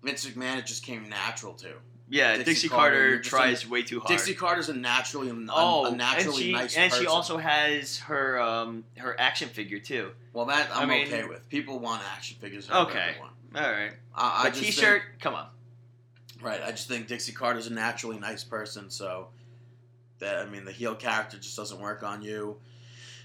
Speaker 2: Vince McMahon, it just came natural to.
Speaker 3: Yeah, Dixie,
Speaker 2: Dixie
Speaker 3: Carter,
Speaker 2: Carter, Dixie-
Speaker 3: tries way too hard.
Speaker 2: Dixie Carter's a naturally, a,
Speaker 3: oh,
Speaker 2: a naturally
Speaker 3: and she
Speaker 2: nice
Speaker 3: and she
Speaker 2: person.
Speaker 3: also has her um her action figure too.
Speaker 2: Well, that
Speaker 3: I
Speaker 2: I'm
Speaker 3: mean-
Speaker 2: okay with. People want action figures. Of
Speaker 3: Okay.
Speaker 2: Everyone.
Speaker 3: All right,
Speaker 2: I, I
Speaker 3: a
Speaker 2: just
Speaker 3: t shirt. Come on.
Speaker 2: think- right. I just think Dixie Carter's a naturally nice person, so that I mean the heel character just doesn't work on you.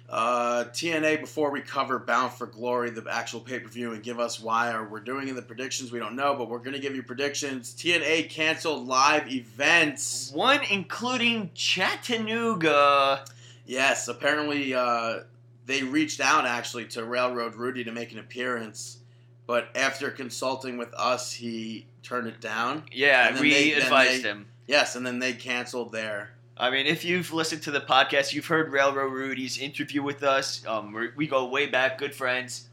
Speaker 2: Uh, TNA before we cover Bound for Glory, the actual pay per view, and give us why or we're doing in the predictions. We don't know, but we're gonna give you predictions. TNA canceled live events.
Speaker 3: One including Chattanooga.
Speaker 2: Yes, apparently uh, they reached out actually to Railroad Rudy to make an appearance, but after consulting with us, he turned it down.
Speaker 3: Yeah,
Speaker 2: And then
Speaker 3: we
Speaker 2: they- then
Speaker 3: advised
Speaker 2: they-
Speaker 3: him.
Speaker 2: Yes, and then they canceled their.
Speaker 3: I mean, if you've listened to the podcast, you've heard Railroad Rudy's interview with us. Um, we- we go way back, good friends.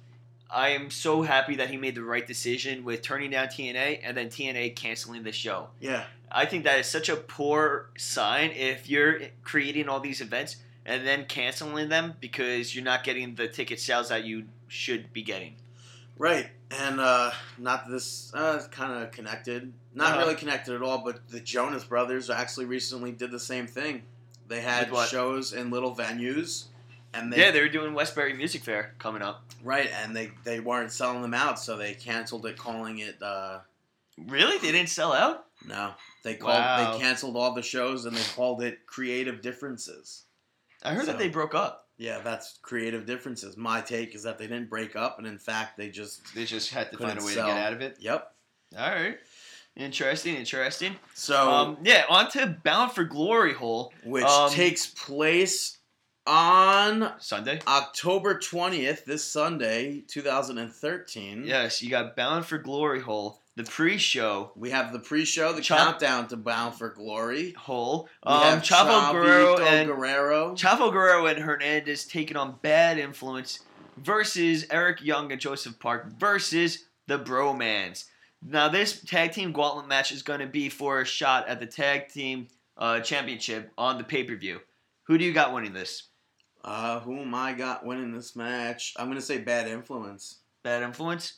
Speaker 3: I am so happy that he made the right decision with turning down TNA and then TNA canceling the show.
Speaker 2: Yeah,
Speaker 3: I think that is such a poor sign if you're creating all these events and then canceling them because you're not getting the ticket sales that you should be getting.
Speaker 2: right. And uh, not this uh, kind of connected, not
Speaker 3: Uh-huh.
Speaker 2: really connected at all. But the Jonas Brothers actually recently did the same thing. They had
Speaker 3: With what?
Speaker 2: shows in little venues, and they
Speaker 3: yeah, they were doing Westbury Music Fair coming up.
Speaker 2: right, and they they weren't selling them out, so they canceled it, calling it. Uh,
Speaker 3: Really? They didn't sell out?
Speaker 2: No, they called.
Speaker 3: Wow.
Speaker 2: They canceled all the shows and they called it creative differences.
Speaker 3: I heard that
Speaker 2: So-
Speaker 3: they broke up.
Speaker 2: Yeah, that's creative differences. My take is that they didn't break up, and in fact, they just.
Speaker 3: They just had to
Speaker 2: Couldn't sell.
Speaker 3: of it.
Speaker 2: Yep.
Speaker 3: All right. Interesting, interesting.
Speaker 2: So,
Speaker 3: Um, yeah, on to Bound for Glory Hole
Speaker 2: which
Speaker 3: um,
Speaker 2: takes place on
Speaker 3: Sunday.
Speaker 2: October twentieth, this Sunday, two thousand and thirteen.
Speaker 3: Yes, you got Bound for Glory Hole, the pre-show
Speaker 2: We have the pre-show, the
Speaker 3: Chop-
Speaker 2: countdown to Bound for Glory.
Speaker 3: hole.
Speaker 2: We
Speaker 3: Um,
Speaker 2: have
Speaker 3: Chavo Guerrero
Speaker 2: Chavito
Speaker 3: and
Speaker 2: Guerrero.
Speaker 3: Chavo Guerrero and Hernandez taking on Bad Influence versus Eric Young and Joseph Park versus the Bromans. Now, this tag team gauntlet match is going to be for a shot at the tag team uh, championship on the pay per view. Who do you got winning this?
Speaker 2: uh, who am I got winning this match? I'm gonna say Bad Influence.
Speaker 3: Bad Influence.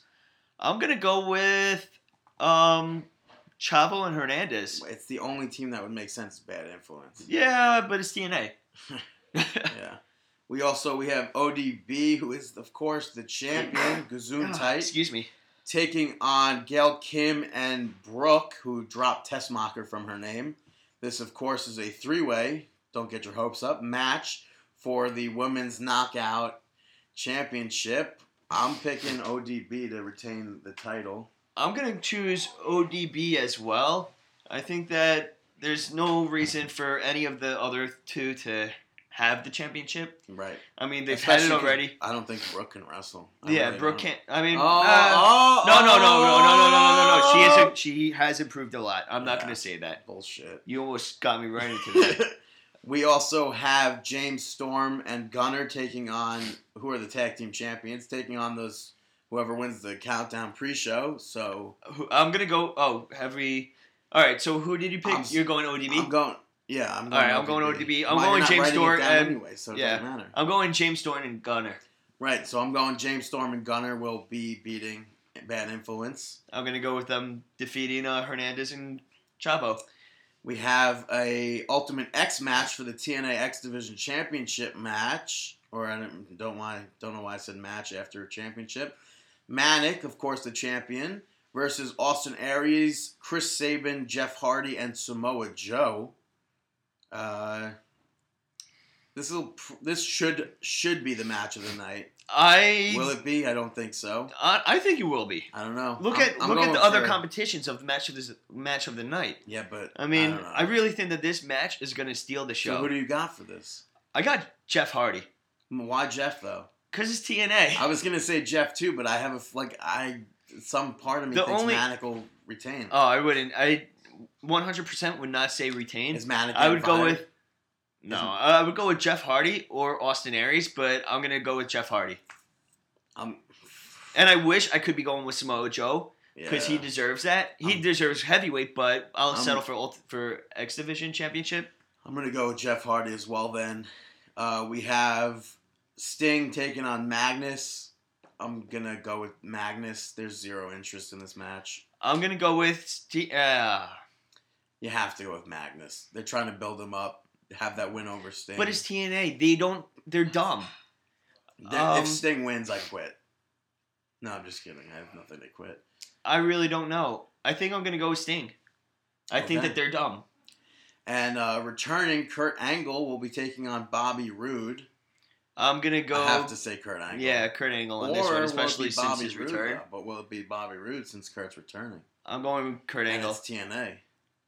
Speaker 3: I'm going to go with um, Chavo and Hernandez.
Speaker 2: It's the only team that would make sense. is Bad Influence.
Speaker 3: Yeah, but it's TNA.
Speaker 2: yeah. We also we have ODB, who is of course the champion, Gazoon Tight,
Speaker 3: Excuse me.
Speaker 2: taking on Gail Kim and Brooke, who dropped Tessmacher from her name. This, of course, is a three-way. Don't get your hopes up. Match for the women's knockout championship. I'm picking ODB to retain the title.
Speaker 3: I'm gonna choose ODB as well. I think that there's no reason for any of the other two to have the championship.
Speaker 2: Right.
Speaker 3: I mean, they've
Speaker 2: Especially
Speaker 3: had
Speaker 2: 'cause
Speaker 3: it already.
Speaker 2: I don't think Brooke can wrestle. I
Speaker 3: yeah,
Speaker 2: really
Speaker 3: Brooke
Speaker 2: don't.
Speaker 3: can't. I mean,
Speaker 2: Oh,
Speaker 3: uh,
Speaker 2: oh,
Speaker 3: no, no, no, no, no, no, no, no, no. She
Speaker 2: oh.
Speaker 3: has she has improved a lot. I'm not
Speaker 2: Yeah.
Speaker 3: gonna say that.
Speaker 2: Bullshit.
Speaker 3: You almost got me right into that.
Speaker 2: we also have James Storm and Gunner taking on who are the tag team champions, taking on those whoever wins the countdown pre-show. So
Speaker 3: Who- I'm gonna go. Oh, have we? All right. So who did you pick?
Speaker 2: I'm s-
Speaker 3: You're going ODB.
Speaker 2: I'm going. Yeah, I'm going.
Speaker 3: All right, I'm going ODB. I'm
Speaker 2: Why,
Speaker 3: going
Speaker 2: you're not
Speaker 3: James
Speaker 2: writing it
Speaker 3: Storm
Speaker 2: down
Speaker 3: and-
Speaker 2: anyway, so it
Speaker 3: yeah.
Speaker 2: doesn't matter.
Speaker 3: I'm going James Storm and Gunner.
Speaker 2: Right, so I'm going James Storm and Gunner will be beating Bad Influence.
Speaker 3: I'm gonna go with them defeating uh, Hernandez and Chavo.
Speaker 2: We have a Ultimate X match for the TNA X Division Championship match, or I don't, don't why don't know why I said match after championship. Manic, of course, the champion versus Austin Aries, Chris Sabin, Jeff Hardy, and Samoa Joe. Uh, this will this should should be the match of the night.
Speaker 3: I
Speaker 2: Will it be? I don't think so.
Speaker 3: I, I think you will be.
Speaker 2: I don't know.
Speaker 3: Look
Speaker 2: I'm-
Speaker 3: at
Speaker 2: I'm
Speaker 3: look at
Speaker 2: going
Speaker 3: the other
Speaker 2: for-
Speaker 3: competitions of the match of this match of the night.
Speaker 2: Yeah, but
Speaker 3: I mean,
Speaker 2: don't know.
Speaker 3: I, really think that this match is gonna steal the
Speaker 2: so
Speaker 3: show.
Speaker 2: who do you got for this?
Speaker 3: I got Jeff Hardy
Speaker 2: Why Jeff though?
Speaker 3: because it's TNA.
Speaker 2: I was gonna say Jeff too, but I have a f- like I some part of me
Speaker 3: The
Speaker 2: thinks
Speaker 3: only-
Speaker 2: Manic will retain.
Speaker 3: oh, I wouldn't. I 100% would not say retain.
Speaker 2: is Manic?
Speaker 3: I would go
Speaker 2: invited?
Speaker 3: with no. I would go with Jeff Hardy or Austin Aries, but I'm gonna go with Jeff Hardy.
Speaker 2: Um,
Speaker 3: And I wish I could be going with Samoa Joe because he
Speaker 2: yeah.
Speaker 3: deserves that. He
Speaker 2: Um,
Speaker 3: deserves heavyweight, but I'll
Speaker 2: um,
Speaker 3: settle for ult- for X Division Championship.
Speaker 2: I'm gonna go with Jeff Hardy as well. Then uh, we have Sting taking on Magnus. I'm gonna go with Magnus. There's zero interest in this match.
Speaker 3: I'm gonna go with Ste- uh,
Speaker 2: You have to go with Magnus. They're trying to build him up, have that win over Sting.
Speaker 3: But it's TNA. They don't. They're dumb.
Speaker 2: Th-
Speaker 3: um,
Speaker 2: if Sting wins, I quit. No, I'm just kidding. I have nothing to quit.
Speaker 3: I really don't know. I think I'm gonna go with Sting. I think
Speaker 2: Okay.
Speaker 3: that they're dumb.
Speaker 2: And uh, returning, Kurt Angle will be taking on Bobby Roode.
Speaker 3: I'm gonna go.
Speaker 2: I have to say Kurt Angle.
Speaker 3: yeah, Kurt Angle
Speaker 2: Or
Speaker 3: on this
Speaker 2: will
Speaker 3: one,
Speaker 2: it
Speaker 3: especially
Speaker 2: be
Speaker 3: since
Speaker 2: Bobby
Speaker 3: his
Speaker 2: Roode,
Speaker 3: return.
Speaker 2: though? But will it be Bobby Roode since Kurt's returning?
Speaker 3: I'm going with Kurt
Speaker 2: And
Speaker 3: Angle.
Speaker 2: it's TNA.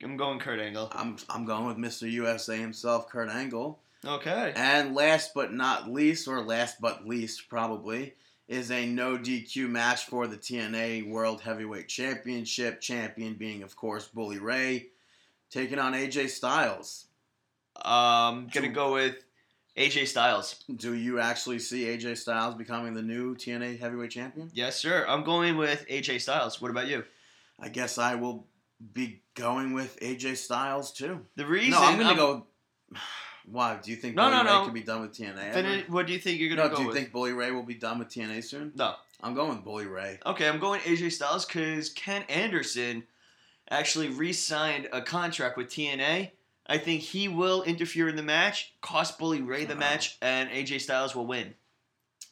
Speaker 3: I'm going Kurt Angle.
Speaker 2: I'm I'm going with Mr. USA himself, Kurt Angle.
Speaker 3: okay.
Speaker 2: And last but not least, or last but least probably, is a no DQ match for the TNA World Heavyweight Championship. Champion being, of course, Bully Ray, taking on AJ Styles.
Speaker 3: Um, gonna go with AJ Styles.
Speaker 2: Do you actually see AJ Styles becoming the new TNA Heavyweight Champion?
Speaker 3: Yes, sir. I'm going with AJ Styles. What about you?
Speaker 2: I guess I will be going with AJ Styles too.
Speaker 3: The reason
Speaker 2: no, I'm going to go. Why do you think
Speaker 3: No,
Speaker 2: Bully
Speaker 3: no,
Speaker 2: Ray
Speaker 3: no.
Speaker 2: could be done with TNA? ever?
Speaker 3: Fini- what do you think you're
Speaker 2: No,
Speaker 3: gonna
Speaker 2: do
Speaker 3: go
Speaker 2: you
Speaker 3: with?
Speaker 2: think Bully Ray will be done with TNA soon?
Speaker 3: no.
Speaker 2: I'm going with Bully Ray.
Speaker 3: Okay, I'm going AJ Styles because Ken Anderson actually re-signed a contract with TNA. I think he will interfere in the match, cost Bully Ray the
Speaker 2: Oh.
Speaker 3: match, and AJ Styles will win.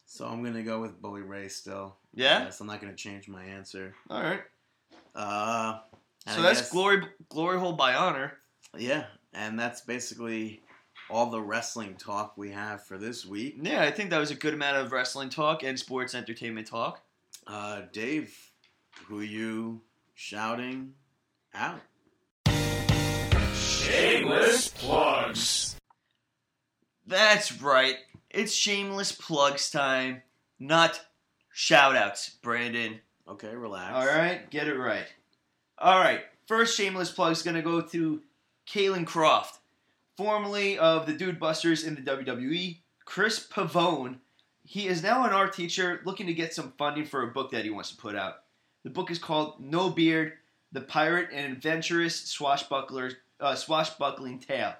Speaker 2: So I'm gonna go with Bully Ray still.
Speaker 3: Yeah?
Speaker 2: Yes, I'm not gonna change my answer.
Speaker 3: All right.
Speaker 2: Uh, and
Speaker 3: So
Speaker 2: I
Speaker 3: that's
Speaker 2: guess-
Speaker 3: glory, glory hole by honor.
Speaker 2: Yeah, and that's basically all the wrestling talk we have for this week.
Speaker 3: Yeah, I think that was a good amount of wrestling talk and sports entertainment talk.
Speaker 2: Uh, Dave, who you shouting out?
Speaker 5: Shameless plugs.
Speaker 3: That's right. It's shameless plugs time, not shout outs, Brandon.
Speaker 2: Okay, relax.
Speaker 3: All right, get it right. All right, first shameless plug is going to go to Kaylin Croft, formerly of the Dude Busters in the WWE. Chris Pavone, he is now an art teacher looking to get some funding for a book that he wants to put out. The book is called No Beard: The Pirate and Adventurous Swashbuckler uh, Swashbuckling Tale.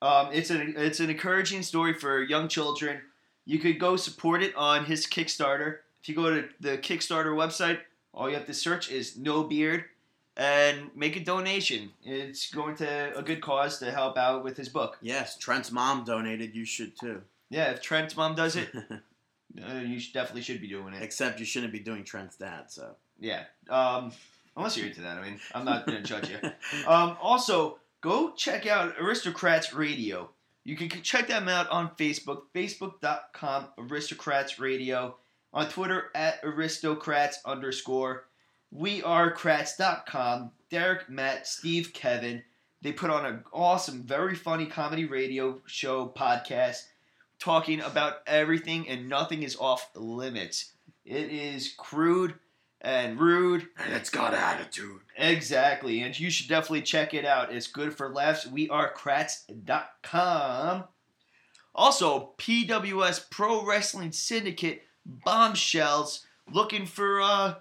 Speaker 3: Um, it's an it's an encouraging story for young children. You could go support it on his Kickstarter. If you go to the Kickstarter website, all you have to search is no beard and make a donation. It's going to a good cause to help out with his book.
Speaker 2: Yes, Trent's mom donated. You should too.
Speaker 3: Yeah, if Trent's mom does it, uh, you should, definitely should be doing it.
Speaker 2: Except you shouldn't be doing Trent's dad. So.
Speaker 3: Yeah. Um, unless you're into that, I mean, I'm not going to judge you. Um, also, go check out Aristocrats Radio. You can check them out on Facebook, facebook.com Aristocrats Radio, on Twitter at Aristocrats underscore. We are Kratz.com. Derek, Matt, Steve, Kevin. They put on an awesome, very funny comedy radio show podcast talking about everything, and nothing is off limits. It is crude and rude
Speaker 2: and it's got attitude.
Speaker 3: Exactly, and you should definitely check it out. It's good for laughs. We are Kratz.com. Also, PWS Pro Wrestling Syndicate Bombshells looking for uh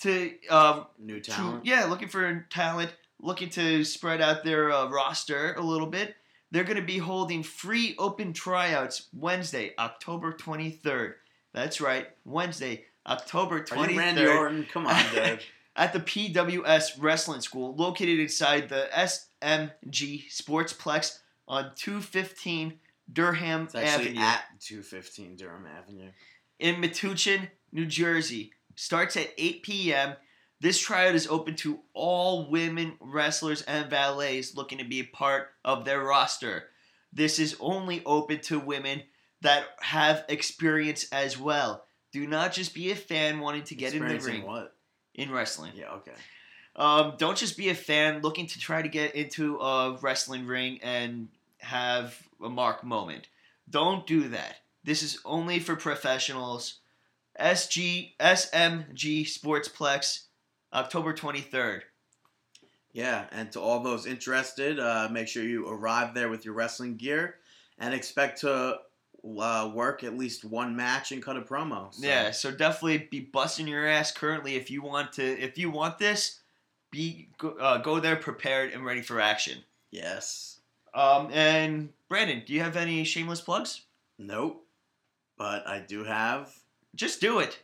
Speaker 3: to uh
Speaker 2: New
Speaker 3: to,
Speaker 2: talent.
Speaker 3: yeah looking for talent, looking to spread out their uh, roster a little bit. They're going to be holding free open tryouts Wednesday, October twenty third. That's right, Wednesday, October
Speaker 2: Are
Speaker 3: twenty
Speaker 2: you Randy
Speaker 3: third
Speaker 2: Orton? Come on, Dave.
Speaker 3: at the PWS Wrestling School, located inside the SMG Sportsplex on 215 Durham
Speaker 2: It's actually
Speaker 3: Avenue
Speaker 2: at 215 Durham Avenue.
Speaker 3: in Metuchen, New Jersey. Starts at 8 p.m. This tryout is open to all women wrestlers and valets looking to be a part of their roster. This is only open to women that have experience as well. Do not just be a fan wanting to get in the
Speaker 2: Experiencing
Speaker 3: ring
Speaker 2: what?
Speaker 3: in wrestling.
Speaker 2: Yeah, okay.
Speaker 3: Um, don't just be a fan looking to try to get into a wrestling ring and have a mark moment. Don't do that. This is only for professionals. SG SMG Sportsplex, October 23rd.
Speaker 2: Yeah, and to all those interested, uh, make sure you arrive there with your wrestling gear and expect to uh, work at least one match and cut a promo. So,
Speaker 3: Yeah, so definitely be busting your ass currently if you want to. If you want this, be go, uh, go there prepared and ready for action.
Speaker 2: Yes.
Speaker 3: Um, and Brandon, do you have any shameless plugs?
Speaker 2: Nope. But I do have.
Speaker 3: Just do it.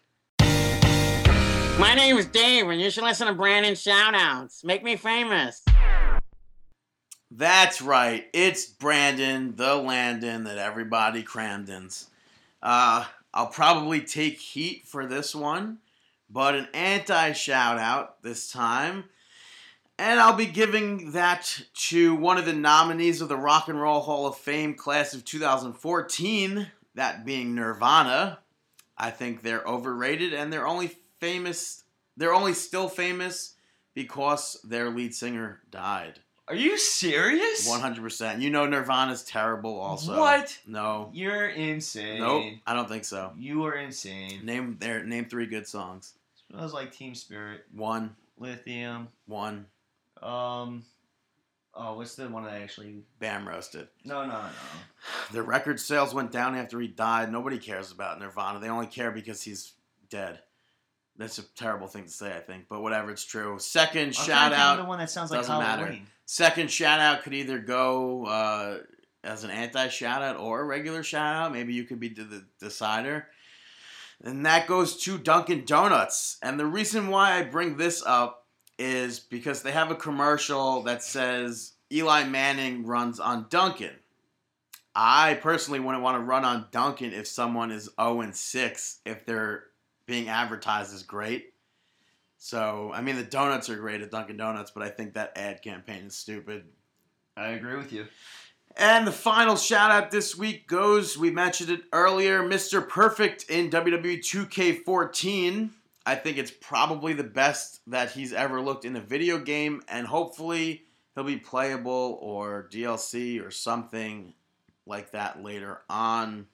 Speaker 6: My name is Dave, and you should listen to Brandon's shoutouts. Make me famous.
Speaker 2: That's right. It's Brandon, the Landon that everybody Cramdens. Uh, I'll probably take heat for this one, but an anti shout out this time. And I'll be giving that to one of the nominees of the Rock and Roll Hall of Fame class of 2014, that being Nirvana. I think they're overrated and they're only famous, they're only still famous because their lead singer died.
Speaker 3: Are you serious?
Speaker 2: 100%. You know Nirvana's terrible also.
Speaker 3: What?
Speaker 2: No.
Speaker 3: You're insane.
Speaker 2: Nope. I don't think so.
Speaker 3: You are insane.
Speaker 2: Name their name three good songs.
Speaker 3: Smells like Team Spirit,
Speaker 2: One,
Speaker 3: Lithium.
Speaker 2: one,
Speaker 3: Um, oh, what's the one that I actually?
Speaker 2: bam roasted.
Speaker 3: No, no, no.
Speaker 2: The record sales went down after he died. Nobody cares about Nirvana. They only care because he's dead. That's a terrible thing to say, I think, but whatever, it's true. 2nd
Speaker 3: I'm trying
Speaker 2: shout
Speaker 3: to think of
Speaker 2: out.
Speaker 3: the one that sounds like
Speaker 2: Doesn't matter.
Speaker 3: Halloween.
Speaker 2: Second shout out could either go uh, as an anti shout out or a regular shout out. Maybe you could be the, the decider. And that goes to Dunkin' Donuts. And the reason why I bring this up is because they have a commercial that says Eli Manning runs on Dunkin'. I personally wouldn't want to run on Dunkin' if someone is 0 and 6 if they're being advertised as great. So I mean, the donuts are great at Dunkin' Donuts, but I think that ad campaign is stupid.
Speaker 3: I agree with you.
Speaker 2: And the final shout out this week goes, we mentioned it earlier, Mr. Perfect in E WWE 2K14. I think it's probably the best that he's ever looked in a video game, and hopefully he'll be playable or DLC or something like that later on.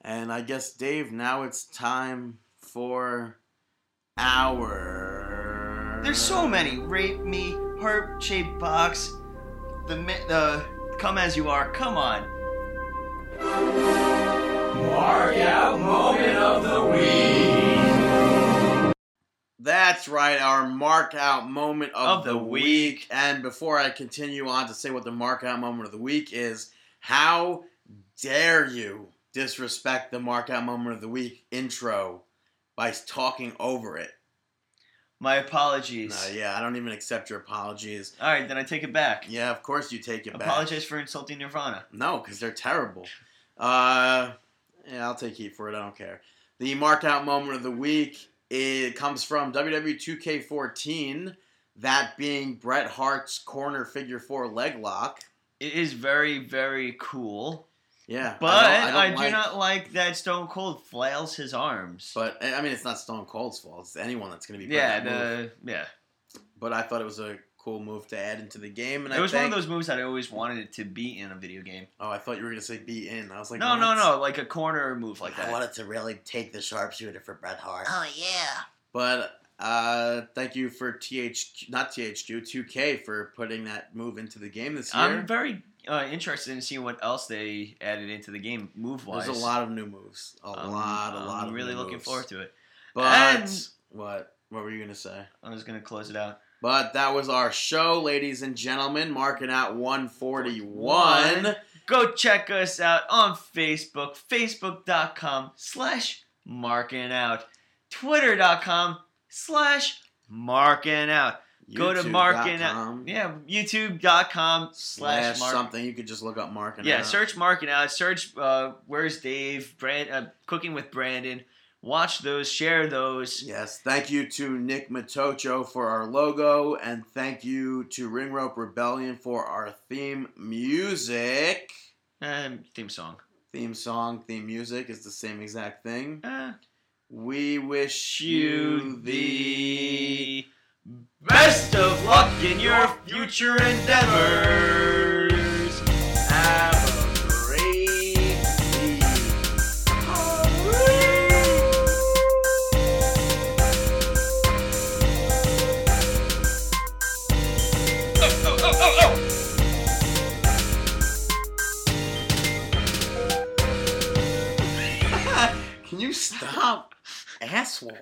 Speaker 2: And I guess, Dave, now it's time for our.
Speaker 3: There's so many. Rape me, herp shaped box, the mi- the come as you are. Come on.
Speaker 1: Mark out moment of the week.
Speaker 2: That's right, our mark out moment of,
Speaker 3: Of
Speaker 2: the,
Speaker 3: the
Speaker 2: week. And before I continue on to say what the mark out moment of the week is, how dare you disrespect the mark out moment of the week intro by talking over it?
Speaker 3: My
Speaker 2: No,
Speaker 3: apologies.
Speaker 2: yeah, I don't even accept your apologies.
Speaker 3: All right, then I take it back.
Speaker 2: Yeah, of course you take it back.
Speaker 3: Apologize for insulting Nirvana.
Speaker 2: No, because they're terrible. Uh, yeah, I'll take heat for it. I don't care. The mark out moment of the week it comes from E WWE 2K14, that being Bret Hart's corner figure four leg lock.
Speaker 3: It is very, very cool,
Speaker 2: Yeah,
Speaker 3: but I,
Speaker 2: don't- I don't
Speaker 3: do
Speaker 2: like-
Speaker 3: not like that Stone Cold flails his arms.
Speaker 2: But I I mean, it's not Stone Cold's fault. It's anyone that's going to be. putting
Speaker 3: yeah,
Speaker 2: that move.
Speaker 3: the, yeah.
Speaker 2: But I thought it was a cool move to add into the game, and
Speaker 3: It
Speaker 2: I
Speaker 3: was
Speaker 2: think,
Speaker 3: one of those moves that I always wanted it to be in a video game.
Speaker 2: Oh, I thought you were going to say be in. I was like,
Speaker 3: no, no,
Speaker 2: what?
Speaker 3: no, like a corner move like that.
Speaker 2: I wanted to really take the sharpshooter for Bret Hart. Oh yeah. But uh, thank you for THQ, not THQ, 2K for putting that move into the game this year.
Speaker 3: I'm very uh, interested in seeing what else they added into the game move wise.
Speaker 2: There's a lot of new moves. A lot, a lot.
Speaker 3: I'm
Speaker 2: of
Speaker 3: really
Speaker 2: new
Speaker 3: looking
Speaker 2: moves.
Speaker 3: forward to it.
Speaker 2: But
Speaker 3: And-
Speaker 2: what? What were you gonna say?
Speaker 3: I'm just gonna close it out.
Speaker 2: But that was our show, ladies and gentlemen. Marking out 141.
Speaker 3: Go check us out on Facebook, facebook.com slash marking out, twitter.com slash marking out. Go to marking
Speaker 2: YouTube.com
Speaker 3: out. Yeah, youtube.com
Speaker 2: Slash
Speaker 3: slash marking
Speaker 2: something. You could just look up marking
Speaker 3: Yeah,
Speaker 2: out.
Speaker 3: search marking out. Search uh, where's Dave? Brand uh, cooking with Brandon. Watch those. Share those.
Speaker 2: Yes, thank you to Nick Matocho for our logo, and thank you to Ring Rope Rebellion for our theme music.
Speaker 3: Um, theme song.
Speaker 2: Theme song, theme music is the same exact thing.
Speaker 3: Uh,
Speaker 2: We wish you the
Speaker 3: you the best of luck in your future endeavors.
Speaker 2: have a great week. Can you stop, asshole?